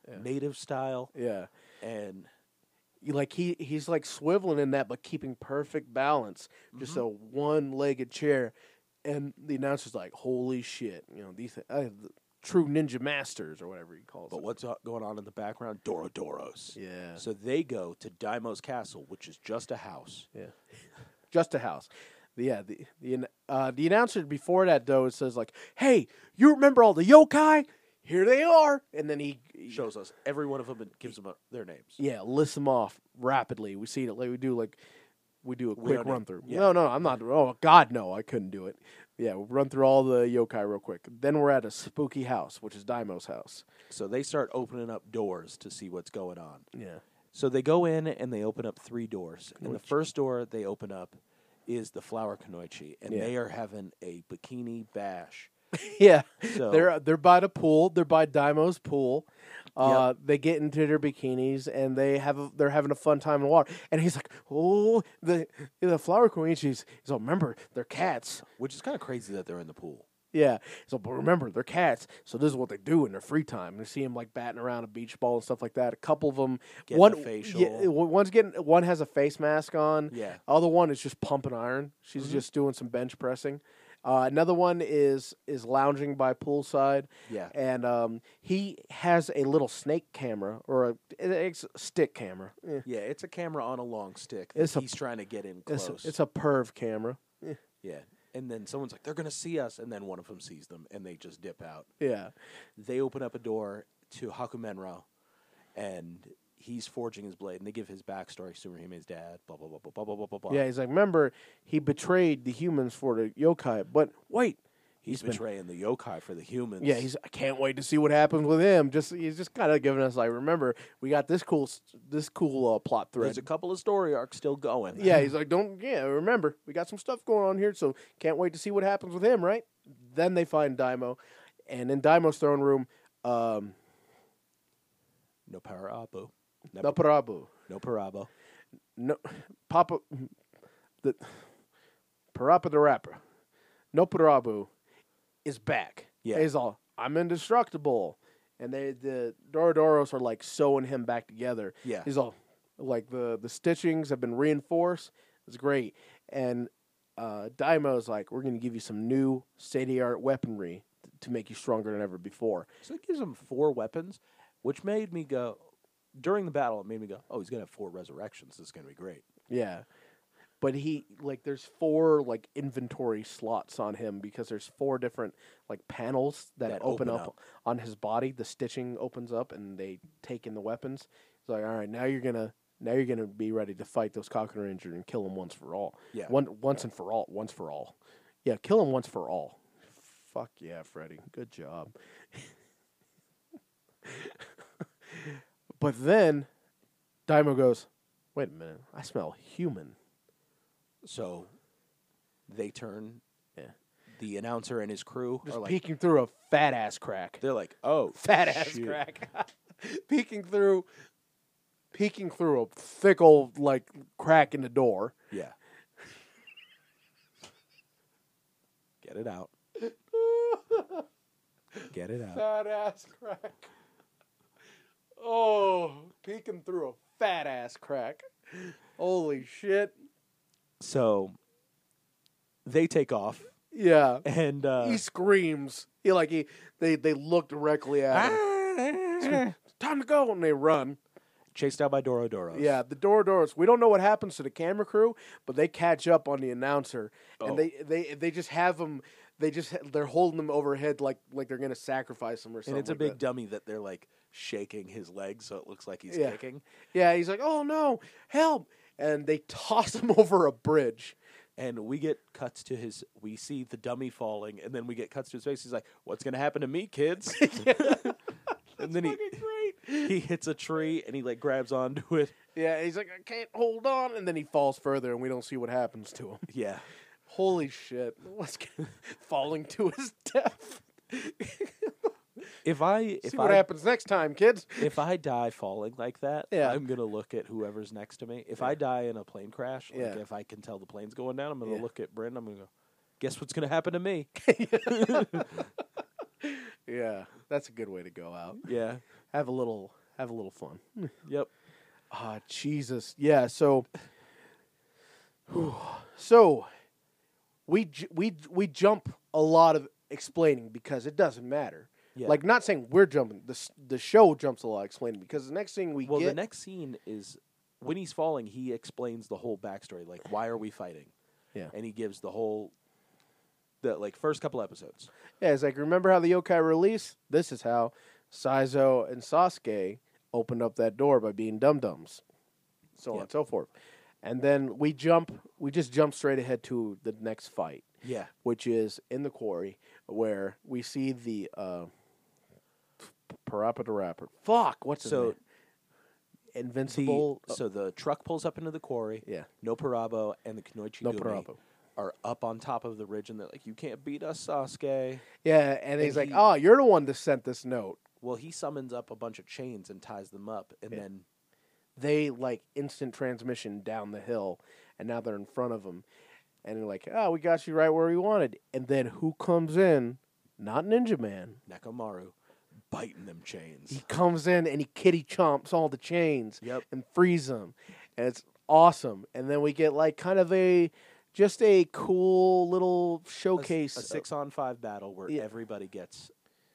Speaker 3: Yeah.
Speaker 2: native style,
Speaker 3: Yeah,
Speaker 2: and
Speaker 3: You- like he he's like swiveling in that, but keeping perfect balance, just a one-legged chair. And the announcer's like, "Holy shit!" You know these uh, the true ninja masters or whatever he calls
Speaker 2: but
Speaker 3: them.
Speaker 2: what's o- going on in the background? Dorodoros.
Speaker 3: Yeah,
Speaker 2: So they go to Daimo's castle, which is just a house.
Speaker 3: Yeah, just a house. The- Yeah, the the an- uh, the announcer before that though it says like, "Hey, you remember all the yokai? Here they are!" And then he, he-
Speaker 2: Shows us every one of them and gives them a, their names.
Speaker 3: yeah, lists them off rapidly. We see it like we do like we do a
Speaker 2: We
Speaker 3: quick
Speaker 2: don't know.
Speaker 3: run through.
Speaker 2: Yeah.
Speaker 3: No, no, I'm not. Oh God, no, I couldn't do it. Yeah, we'll run through all the yokai real quick. Then we're at a spooky house, which is Daimo's house.
Speaker 2: So they start opening up doors to see what's going on.
Speaker 3: Yeah,
Speaker 2: So they go in and they open up three doors. And the first door they open up is the flower kanoichi, and
Speaker 3: Yeah.
Speaker 2: they are having a bikini bash.
Speaker 3: yeah.
Speaker 2: So-
Speaker 3: They're uh, they're by the pool. They're by Daimo's pool. Uh, They get into their bikinis and they have a, they're having a fun time in the water. And he's like, "Oh, the the flower queen." She's he's like, "Remember, they're cats."
Speaker 2: Which is kind of crazy that they're in the pool.
Speaker 3: Yeah. So, but remember, they're cats. So this is what they do in their free time. You see them like batting around a beach ball and stuff like that. A couple of them,
Speaker 2: Getting a
Speaker 3: one Yeah,
Speaker 2: facial.
Speaker 3: one's getting one has a face mask on.
Speaker 2: Yeah.
Speaker 3: Other one is just pumping iron. She's
Speaker 2: Mm-hmm.
Speaker 3: just doing some bench pressing. Uh, another one is is lounging by poolside.
Speaker 2: Yeah.
Speaker 3: And um, he has a little snake camera or a it's a stick camera. Eh.
Speaker 2: Yeah, it's a camera on a long stick. That
Speaker 3: It's a-
Speaker 2: he's trying to get in
Speaker 3: It's
Speaker 2: close.
Speaker 3: it's a perv camera.
Speaker 2: yeah. And then someone's like, they're going to see us. And then one of them sees them and they just dip out.
Speaker 3: Yeah.
Speaker 2: They open up a door to Hakumenro and he's forging his blade. And they give his backstory Sumerima's dad, blah, blah, blah, blah, blah, blah, blah, blah, blah.
Speaker 3: Yeah. He's like, remember, he betrayed the humans for the yokai, but wait.
Speaker 2: He's,
Speaker 3: been-
Speaker 2: betraying the yokai for the humans.
Speaker 3: Yeah, he's. I can't wait to see what happens with him. Just he's just kind of giving us like, remember, we got this cool, s- this cool uh, plot thread.
Speaker 2: There's a couple of story arcs still going.
Speaker 3: yeah, he's like, don't. Yeah, remember, we got some stuff going on here, so can't wait to see what happens with him, right? Then they find Daimo, and in Daimo's throne room, um,
Speaker 2: No Paraabu. No, no,
Speaker 3: Naparabu,
Speaker 2: Parabo.
Speaker 3: no, Papa, the Parapa the rapper, Noparabu, is back.
Speaker 2: Yeah.
Speaker 3: he's all, I'm indestructible, and they the Dorodoros are like sewing him back together.
Speaker 2: Yeah.
Speaker 3: He's all like the the stitchings have been reinforced. It's great. And uh Daimo's like, we're gonna give you some new state of the art weaponry t- to make you stronger than ever before.
Speaker 2: So it gives him four weapons, which made me go, during the battle, it made me go, oh, he's going to have four resurrections. This is going to be great.
Speaker 3: Yeah. But he like there's four like inventory slots on him because there's four different like panels that,
Speaker 2: That
Speaker 3: open,
Speaker 2: open
Speaker 3: up,
Speaker 2: up.
Speaker 3: on his body. The stitching opens up and they take in the weapons. It's like, all right, now you're gonna now you're gonna be ready to fight those cocker injured and kill them once for all.
Speaker 2: Yeah.
Speaker 3: One once and for all. Once for all. Yeah, kill them once for all. Fuck yeah, Freddy. Good job. but then Daimo goes, wait a minute, I smell human.
Speaker 2: So they turn.
Speaker 3: Yeah.
Speaker 2: The announcer and his crew
Speaker 3: Just
Speaker 2: are like,
Speaker 3: peeking through a fat ass crack.
Speaker 2: they're like, oh,
Speaker 3: Fat ass
Speaker 2: shoot.
Speaker 3: crack. peeking through peeking through a thick old like crack in the door.
Speaker 2: Yeah. Get it out. Get it out.
Speaker 3: Fat ass crack. Oh, peeking through a fat ass crack. Holy shit.
Speaker 2: So they take off
Speaker 3: Yeah.
Speaker 2: and uh,
Speaker 3: he screams. He like he they they look directly at him. It's Ah, time to go and they run.
Speaker 2: chased out by Dorodoros.
Speaker 3: Yeah, the door doors. We don't know what happens to the camera crew, but they catch up on the announcer,
Speaker 2: Oh.
Speaker 3: and they they they just have them. They just they're holding them overhead like like they're gonna sacrifice them or something.
Speaker 2: and it's a
Speaker 3: like
Speaker 2: big
Speaker 3: that.
Speaker 2: dummy that they're like shaking his legs so it looks like he's
Speaker 3: Yeah.
Speaker 2: kicking.
Speaker 3: Yeah, he's like, "Oh no, help!" And they toss him over a bridge.
Speaker 2: And we get cuts to his. We see the dummy falling, and then we get cuts to his face. He's like, "What's gonna happen to me, kids?" and then he
Speaker 3: great.
Speaker 2: he hits a tree and he like grabs onto it.
Speaker 3: Yeah, he's like, "I can't hold on," and then he falls further, and we don't see what happens to him.
Speaker 2: Yeah,
Speaker 3: Holy shit! What's falling to his death?
Speaker 2: if I if
Speaker 3: see
Speaker 2: I
Speaker 3: what happens next time, kids.
Speaker 2: if I die falling like that,
Speaker 3: Yeah.
Speaker 2: I'm gonna look at whoever's next to me. If I die in a plane crash, like
Speaker 3: Yeah.
Speaker 2: if I can tell the plane's going down, I'm gonna
Speaker 3: Yeah.
Speaker 2: look at Brent. I'm gonna go, guess what's gonna happen to me?
Speaker 3: Yeah, that's a good way to go out.
Speaker 2: yeah,
Speaker 3: Have a little, have a little fun.
Speaker 2: yep.
Speaker 3: Ah, Jesus. Yeah. So, so we j- we j- we jump a lot of explaining because it doesn't matter.
Speaker 2: Yeah.
Speaker 3: Like, not saying we're jumping. The s- the show jumps a lot of explaining because the next thing we
Speaker 2: Well,
Speaker 3: get,
Speaker 2: the next scene is when he's falling. He explains the whole backstory, like why are we fighting?
Speaker 3: Yeah.
Speaker 2: and he gives the whole the like first couple episodes.
Speaker 3: yeah, it's like remember how the yokai release? This is how Saizo and Sasuke opened up that door by being dum dums, so on
Speaker 2: Yeah.
Speaker 3: and so forth. And then we jump. We just jump straight ahead to the next fight.
Speaker 2: Yeah,
Speaker 3: which is in the quarry where we see the uh, Parappa the Rapper. Fuck, what's
Speaker 2: So-
Speaker 3: so invincible? Oh,
Speaker 2: The- so the truck pulls up into the quarry.
Speaker 3: Yeah.
Speaker 2: No Parabo and the Kanoichi
Speaker 3: No
Speaker 2: Gumi
Speaker 3: Parabo.
Speaker 2: are up on top of the ridge, and they're like, "You can't beat us, Sasuke."
Speaker 3: yeah, and
Speaker 2: and
Speaker 3: he's like,
Speaker 2: he-
Speaker 3: "Oh, you're the one that sent this note."
Speaker 2: Well, he summons up a bunch of chains and ties them up, and then
Speaker 3: They like instant transmission down the hill, and now they're in front of him, and they're like, "Oh, we got you right where we wanted." And then who comes in? Not Ninja Man.
Speaker 2: Nekomaru biting them chains.
Speaker 3: He comes in and he kitty chomps all the chains
Speaker 2: Yep.
Speaker 3: and frees them. And it's awesome. And then we get like kind of a just a cool little
Speaker 2: A s-
Speaker 3: showcase.
Speaker 2: a, six on five battle where
Speaker 3: Yeah.
Speaker 2: everybody gets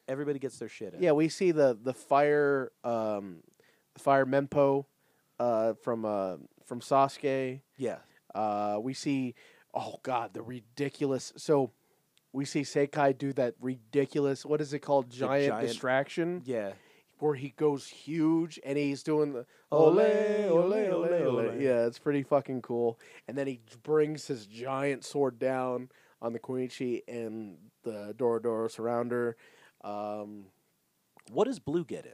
Speaker 2: everybody gets their shit in.
Speaker 3: Yeah, we see the the fire um fire mempo uh from uh from Sasuke.
Speaker 2: yeah,
Speaker 3: Uh we see oh god, the ridiculous so we see Sekai do that ridiculous what is it called? Giant,
Speaker 2: giant-
Speaker 3: distraction.
Speaker 2: yeah.
Speaker 3: where he goes huge and he's doing the
Speaker 2: Ole,
Speaker 3: ole
Speaker 2: ole,
Speaker 3: ole ole
Speaker 2: ole,
Speaker 3: ole.
Speaker 2: ole.
Speaker 3: Yeah, it's pretty fucking cool. And then he brings his giant sword down on the Koichi and the Dorodoro Surrounder. Um,
Speaker 2: What does Blue get in?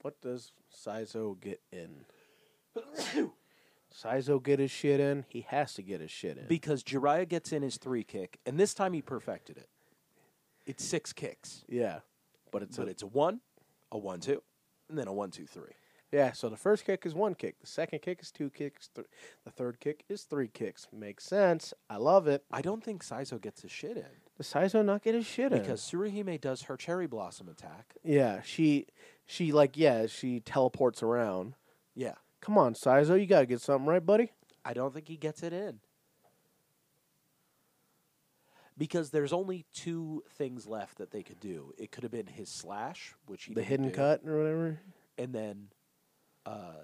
Speaker 3: what does Saizo get in? Saizo get his shit in. He has to get his shit in.
Speaker 2: Because Jiraiya gets in his three kick, and this time he perfected it. It's six kicks,
Speaker 3: yeah, but it's,
Speaker 2: but
Speaker 3: a,
Speaker 2: it's a one, a one two, and then a one two three.
Speaker 3: yeah. So the first kick is one kick. The second kick is two kicks. Th- the third kick is three kicks. Makes sense. I love it.
Speaker 2: I don't think Saizo gets his shit in.
Speaker 3: Does Saizo not get his shit in?
Speaker 2: because Surihime does her cherry blossom attack.
Speaker 3: Yeah, she she like yeah, she teleports around.
Speaker 2: Yeah,
Speaker 3: Come on, Saizo, you gotta get something right, buddy.
Speaker 2: I don't think he gets it in. Because there's only two things left that they could do. It could have been his slash, which he
Speaker 3: The
Speaker 2: didn't
Speaker 3: hidden
Speaker 2: do,
Speaker 3: cut or whatever.
Speaker 2: and then uh,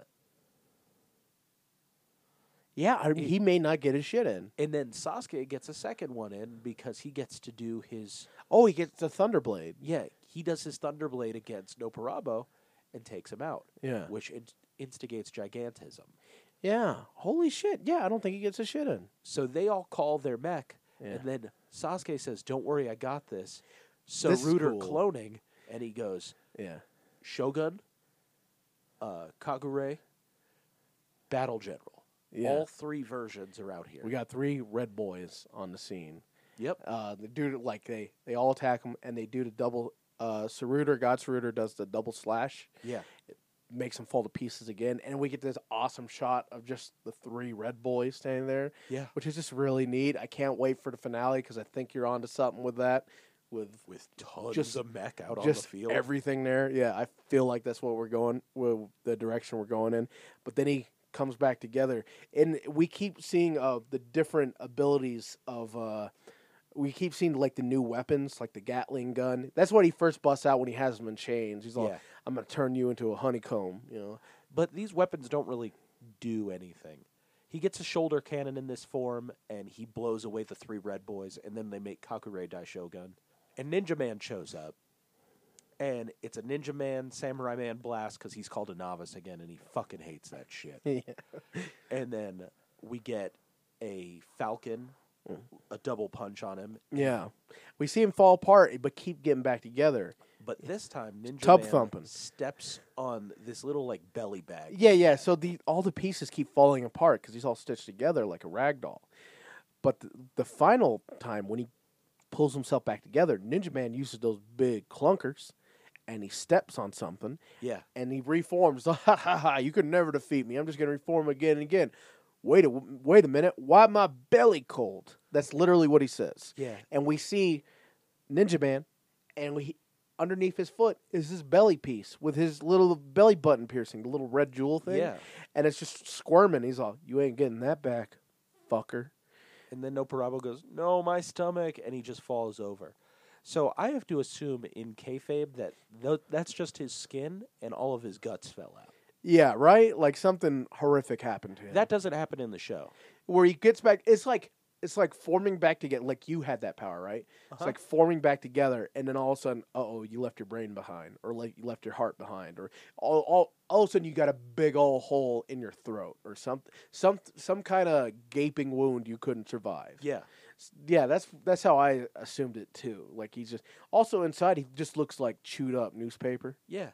Speaker 3: Yeah, I, he may not get his shit in.
Speaker 2: and then Sasuke gets a second one in because he gets to do his
Speaker 3: Oh, he gets the Thunderblade.
Speaker 2: yeah he does his Thunderblade against Noparabo and takes him out.
Speaker 3: Yeah.
Speaker 2: which in- instigates gigantism.
Speaker 3: Yeah. Holy shit. Yeah, I don't think he gets his shit in.
Speaker 2: So they all call their mech,
Speaker 3: Yeah.
Speaker 2: and then Sasuke says, "Don't worry, I got this." So
Speaker 3: This is
Speaker 2: Ruder
Speaker 3: cool.
Speaker 2: cloning, and he goes,
Speaker 3: Yeah.
Speaker 2: "Shogun, uh, Kagure, Battle General.
Speaker 3: Yeah.
Speaker 2: All three versions are out here.
Speaker 3: We got three red boys on the scene.
Speaker 2: yep,
Speaker 3: Uh, the dude like they they all attack him and they do the double. Uh, Saruder, God Saruder does the double slash.
Speaker 2: yeah,
Speaker 3: makes him fall to pieces again, and we get this awesome shot of just the three red boys standing there.
Speaker 2: Yeah.
Speaker 3: which is just really neat. I can't wait for the finale because I think you're onto something with that, with
Speaker 2: with tons
Speaker 3: Just-
Speaker 2: of mech out on the
Speaker 3: just
Speaker 2: field.
Speaker 3: everything there. Yeah, I feel like that's what we're going, well, the direction we're going in. But then he comes back together, and we keep seeing uh, the different abilities of. Uh, we keep seeing like the new weapons, like the Gatling gun. That's what he first busts out when he has him in chains. He's like,
Speaker 2: Yeah.
Speaker 3: "I'm gonna turn you into a honeycomb," you know.
Speaker 2: but these weapons don't really do anything. He gets a shoulder cannon in this form, and he blows away the three red boys, and then they make Kakure die Shogun. And Ninja Man shows up, and it's a Ninja Man, Samurai Man blast because he's called a novice again, and he fucking hates that shit. And then we get a Falcon, a double punch on him,
Speaker 3: Yeah. We see him fall apart, but keep getting back together.
Speaker 2: but this time Ninja
Speaker 3: Tub
Speaker 2: Man
Speaker 3: thumping.
Speaker 2: steps on this little like belly bag.
Speaker 3: Yeah, yeah. So the all the pieces keep falling apart because he's all stitched together like a rag doll. But the, the final time when he pulls himself back together, Ninja Man uses those big clunkers, and he steps on something,
Speaker 2: Yeah,
Speaker 3: and he reforms. Ha ha ha! You could never defeat me. I'm just gonna reform again and again. Wait a wait a minute. Why my belly cold? That's literally what he says.
Speaker 2: Yeah.
Speaker 3: And we see Ninja Man, and we underneath his foot is his belly piece with his little belly button piercing, the little red jewel thing.
Speaker 2: Yeah.
Speaker 3: And it's just squirming. He's all, "You ain't getting that back, fucker."
Speaker 2: And then Noparabo goes, "No, my stomach," and he just falls over. So I have to assume in kayfabe that th- that's just his skin and all of his guts fell out.
Speaker 3: Yeah. Right. Like something horrific happened to him.
Speaker 2: That doesn't happen in the show.
Speaker 3: where he gets back it's like it's like forming back together like you had that power right it's
Speaker 2: Uh-huh.
Speaker 3: like forming back together and then all of a sudden uh-oh you left your brain behind or like you left your heart behind or all, all, all of a sudden you got a big old hole in your throat or some some some kind of gaping wound you couldn't survive
Speaker 2: Yeah,
Speaker 3: S- yeah that's that's how i assumed it too like he's just also inside he just looks like chewed up newspaper
Speaker 2: yeah.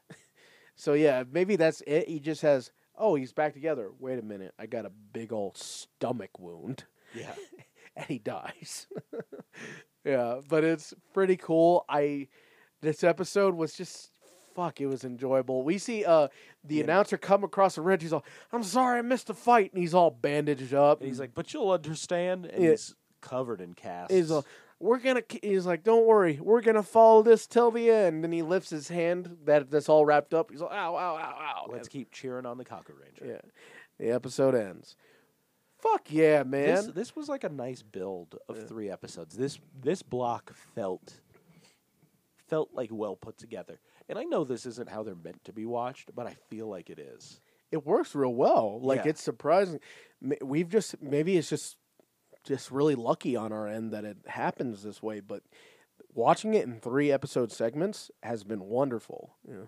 Speaker 3: so yeah maybe that's it he just has oh he's back together wait a minute i got a big old stomach wound
Speaker 2: Yeah.
Speaker 3: and he dies. yeah, but it's pretty cool. I this episode was just fuck, it was enjoyable. We see uh the
Speaker 2: Yeah.
Speaker 3: announcer come across the ridge, he's all, I'm sorry I missed the fight and he's all bandaged up.
Speaker 2: And he's like, but you'll understand. And
Speaker 3: Yeah.
Speaker 2: he's covered in casts.
Speaker 3: he's all we're gonna k-" he's like, Don't worry, we're gonna follow this till the end and he lifts his hand that that's all wrapped up. He's like, Ow, ow, ow, ow.
Speaker 2: Let's keep cheering on the Cocker Ranger.
Speaker 3: yeah. The episode ends. Fuck yeah, man.
Speaker 2: This, this was like a nice build of three episodes. This this block felt felt like well put together. And I know this isn't how they're meant to be watched, but I feel like it is.
Speaker 3: it works real well. Like
Speaker 2: Yeah.
Speaker 3: it's surprising. M- We've just maybe it's just just really lucky on our end that it happens this way. But watching it in three episode segments has been wonderful. Yeah.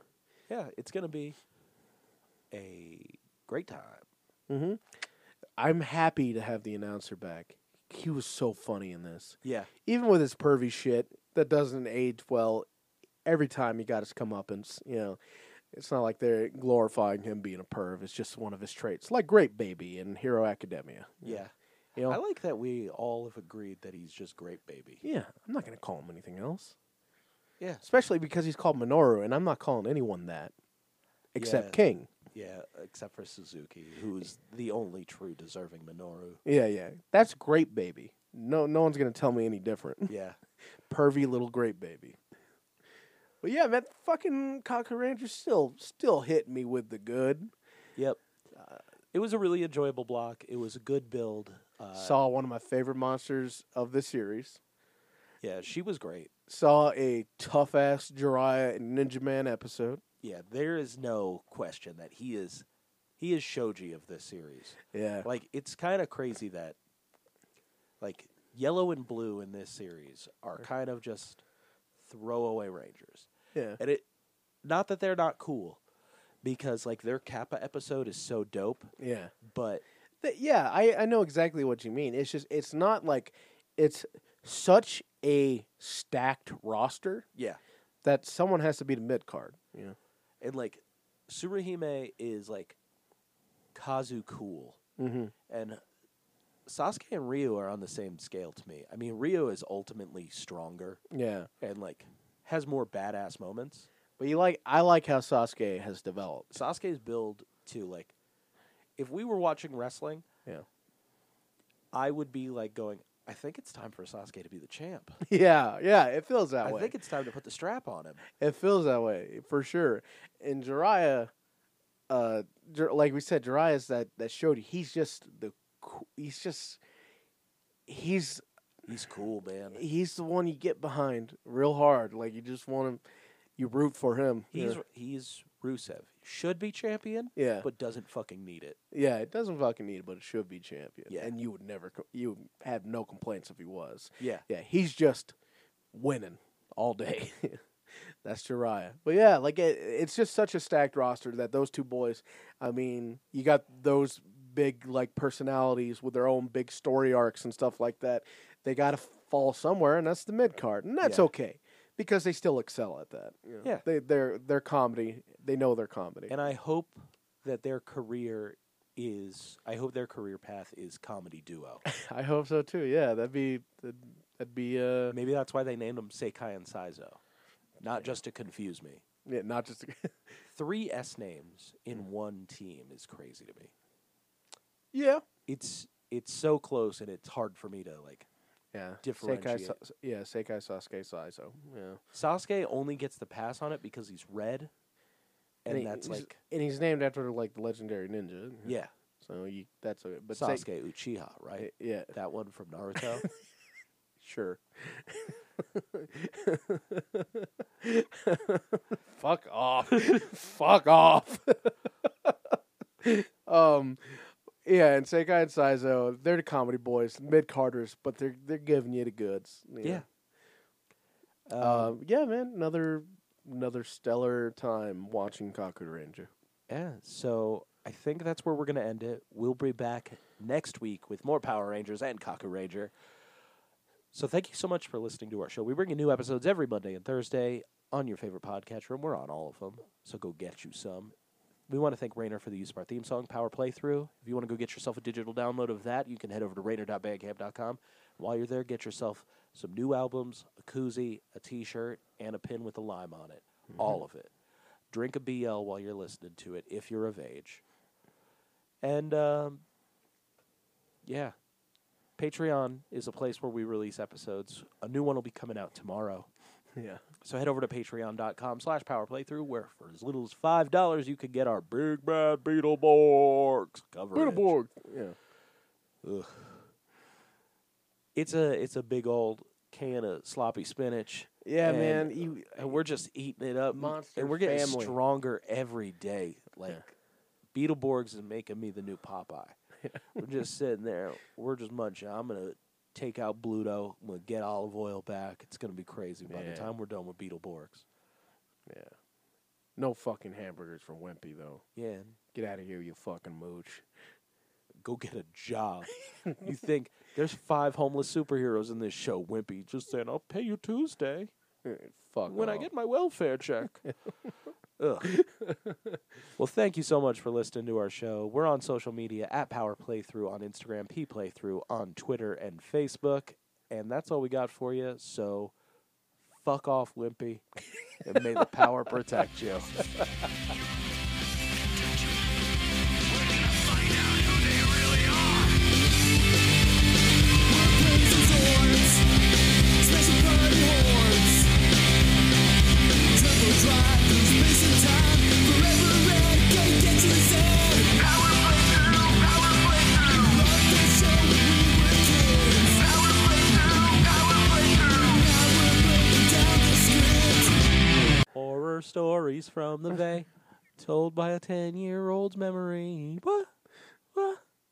Speaker 2: Yeah, it's gonna be a great time.
Speaker 3: Mm-hmm. I'm happy to have the announcer back. He was so funny in this,
Speaker 2: Yeah.
Speaker 3: even with his pervy shit that doesn't age well. Every time he got his comeuppance, you know, it's not like they're glorifying him being a perv. It's just one of his traits, like Great Baby and Hero Academia.
Speaker 2: Yeah.
Speaker 3: You know?
Speaker 2: I like that we all have agreed that he's just great baby.
Speaker 3: Yeah, I'm not going to call him anything else.
Speaker 2: Yeah.
Speaker 3: Especially because he's called Minoru, and I'm not calling anyone that except
Speaker 2: Yeah.
Speaker 3: King.
Speaker 2: Yeah, except for Suzuki, who's the only true deserving Minoru.
Speaker 3: Yeah, yeah. That's Grape Baby. No, no one's going to tell me any different.
Speaker 2: Yeah.
Speaker 3: Pervy little Grape Baby. But yeah, that fucking Cocker Rancher's still, still hitting me with the good.
Speaker 2: Yep. Uh, it was a really enjoyable block. It was a good build. Uh,
Speaker 3: Saw one of my favorite monsters of the series.
Speaker 2: yeah, she was great.
Speaker 3: Saw a tough ass Jiraiya and Ninja Man episode.
Speaker 2: Yeah, there is no question that he is he is Shoji of this series.
Speaker 3: Yeah.
Speaker 2: Like it's kind of crazy that like yellow and blue in this series are kind of just throwaway rangers.
Speaker 3: Yeah.
Speaker 2: And it not that they're not cool because like their Kappa episode is so dope,
Speaker 3: Yeah.
Speaker 2: but
Speaker 3: Th- yeah, I, I know exactly what you mean. It's just it's not like it's such a stacked roster
Speaker 2: yeah.
Speaker 3: that someone has to be the mid card. Yeah.
Speaker 2: And like Surahime is like Kazu cool.
Speaker 3: Mm-hmm.
Speaker 2: And Sasuke and Ryu are on the same scale to me. I mean, Ryu is ultimately stronger
Speaker 3: Yeah.
Speaker 2: and like has more badass moments.
Speaker 3: But you like I like how Sasuke has developed.
Speaker 2: Sasuke's build to like if we were watching wrestling,
Speaker 3: Yeah.
Speaker 2: I would be like going, I think it's time for Sasuke to be the champ.
Speaker 3: Yeah, yeah, it feels that
Speaker 2: I
Speaker 3: way.
Speaker 2: think it's time to put the strap on him.
Speaker 3: It feels that way for sure. And Jiraiya, uh, Jir- like we said, Jiraiya's that that showed you he's just the coo- he's just he's
Speaker 2: He's cool, man.
Speaker 3: he's the one you get behind real hard. Like you just want him, you root for him.
Speaker 2: He's
Speaker 3: yeah.
Speaker 2: he's Rusev. Should be champion,
Speaker 3: yeah,
Speaker 2: but doesn't fucking need it.
Speaker 3: yeah. It doesn't fucking need it, but it should be champion.
Speaker 2: Yeah.
Speaker 3: and you would never, co- you would have no complaints if he was.
Speaker 2: Yeah.
Speaker 3: Yeah, he's just winning all day. That's Jiraiya. But yeah, like it, it's just such a stacked roster that those two boys. I mean, you got those big like personalities with their own big story arcs and stuff like that. They got to fall somewhere, and that's the mid card, and that's
Speaker 2: Yeah.
Speaker 3: okay because they still excel at that. you know.
Speaker 2: Yeah.
Speaker 3: they they're they're comedy. They know their comedy.
Speaker 2: And I hope that their career is. I hope their career path is comedy duo.
Speaker 3: I hope so too. Yeah, that'd be that'd, that'd be uh
Speaker 2: Maybe that's why they named them Seikai and Saizo, not just to confuse me.
Speaker 3: yeah, not just
Speaker 2: Three S names in one team is crazy to me.
Speaker 3: yeah.
Speaker 2: It's it's so close, and it's hard for me to like.
Speaker 3: Yeah,
Speaker 2: Differentiate.
Speaker 3: Seikai, Sa- yeah, Seikai Sasuke Saizo. Yeah,
Speaker 2: Sasuke only gets the pass on it because he's red, and,
Speaker 3: he-
Speaker 2: that's
Speaker 3: he's-
Speaker 2: like
Speaker 3: and he's named after like the legendary ninja.
Speaker 2: yeah,
Speaker 3: so you, that's okay. But
Speaker 2: but
Speaker 3: Sei-
Speaker 2: Sasuke Uchiha, right?
Speaker 3: yeah,
Speaker 2: That one from Naruto.
Speaker 3: sure. Fuck off! Fuck off! um, yeah, and Seikai and Saizo, they're the comedy boys, mid Carters, but they're they're giving you the goods. you know.
Speaker 2: yeah. Um,
Speaker 3: Um, yeah, man, another another stellar time watching Kakuranger. Ranger.
Speaker 2: yeah. So I think that's where we're gonna end it. We'll be back next week with more Power Rangers and Kaku Ranger. So thank you so much for listening to our show. We bring you new episodes every Monday and Thursday on your favorite podcatcher, and we're on all of them. So go get you some. We want to thank Rainer for the use of our theme song, Power Playthrough. If you want to go get yourself a digital download of that, you can head over to Rainer.bandcamp.com. While you're there, get yourself some new albums, a koozie, a t-shirt, and a pin with a lime on it. All of it. Drink a BL while you're listening to it, if you're of age. And, um, yeah. Patreon is a place where we release episodes. A new one will be coming out tomorrow.
Speaker 3: Yeah.
Speaker 2: So head over to patreon.com slash power playthrough where for as little as five dollars you can get our big bad Beetleborgs coverage.
Speaker 3: Borg. Yeah.
Speaker 2: It's a it's a big old can of sloppy spinach.
Speaker 3: Yeah,
Speaker 2: And-
Speaker 3: man. You,
Speaker 2: And we're just eating it up.
Speaker 3: Monster
Speaker 2: and we're getting
Speaker 3: family.
Speaker 2: stronger every day. Like Beetleborgs is making me the new Popeye. we're just sitting there, we're just munching. I'm gonna take out Bluto, I'm gonna get olive oil back. It's gonna be crazy by
Speaker 3: Yeah.
Speaker 2: the time we're done with Beetleborgs.
Speaker 3: yeah. No fucking hamburgers for Wimpy though.
Speaker 2: Yeah. and
Speaker 3: Get out of here, you fucking mooch.
Speaker 2: go get a job. you think there's five homeless superheroes in this show, Wimpy, just saying, I'll pay you Tuesday
Speaker 3: Eh, Fuck.
Speaker 2: when I
Speaker 3: off.
Speaker 2: get my welfare check. Ugh. well, thank you so much for listening to our show. We're on social media at Power Playthrough on Instagram, P Playthrough on Twitter and Facebook. And that's all we got for you. So fuck off, Wimpy, and may the power protect you. Horror stories from the Bay, told by a 10 year old's memory. What?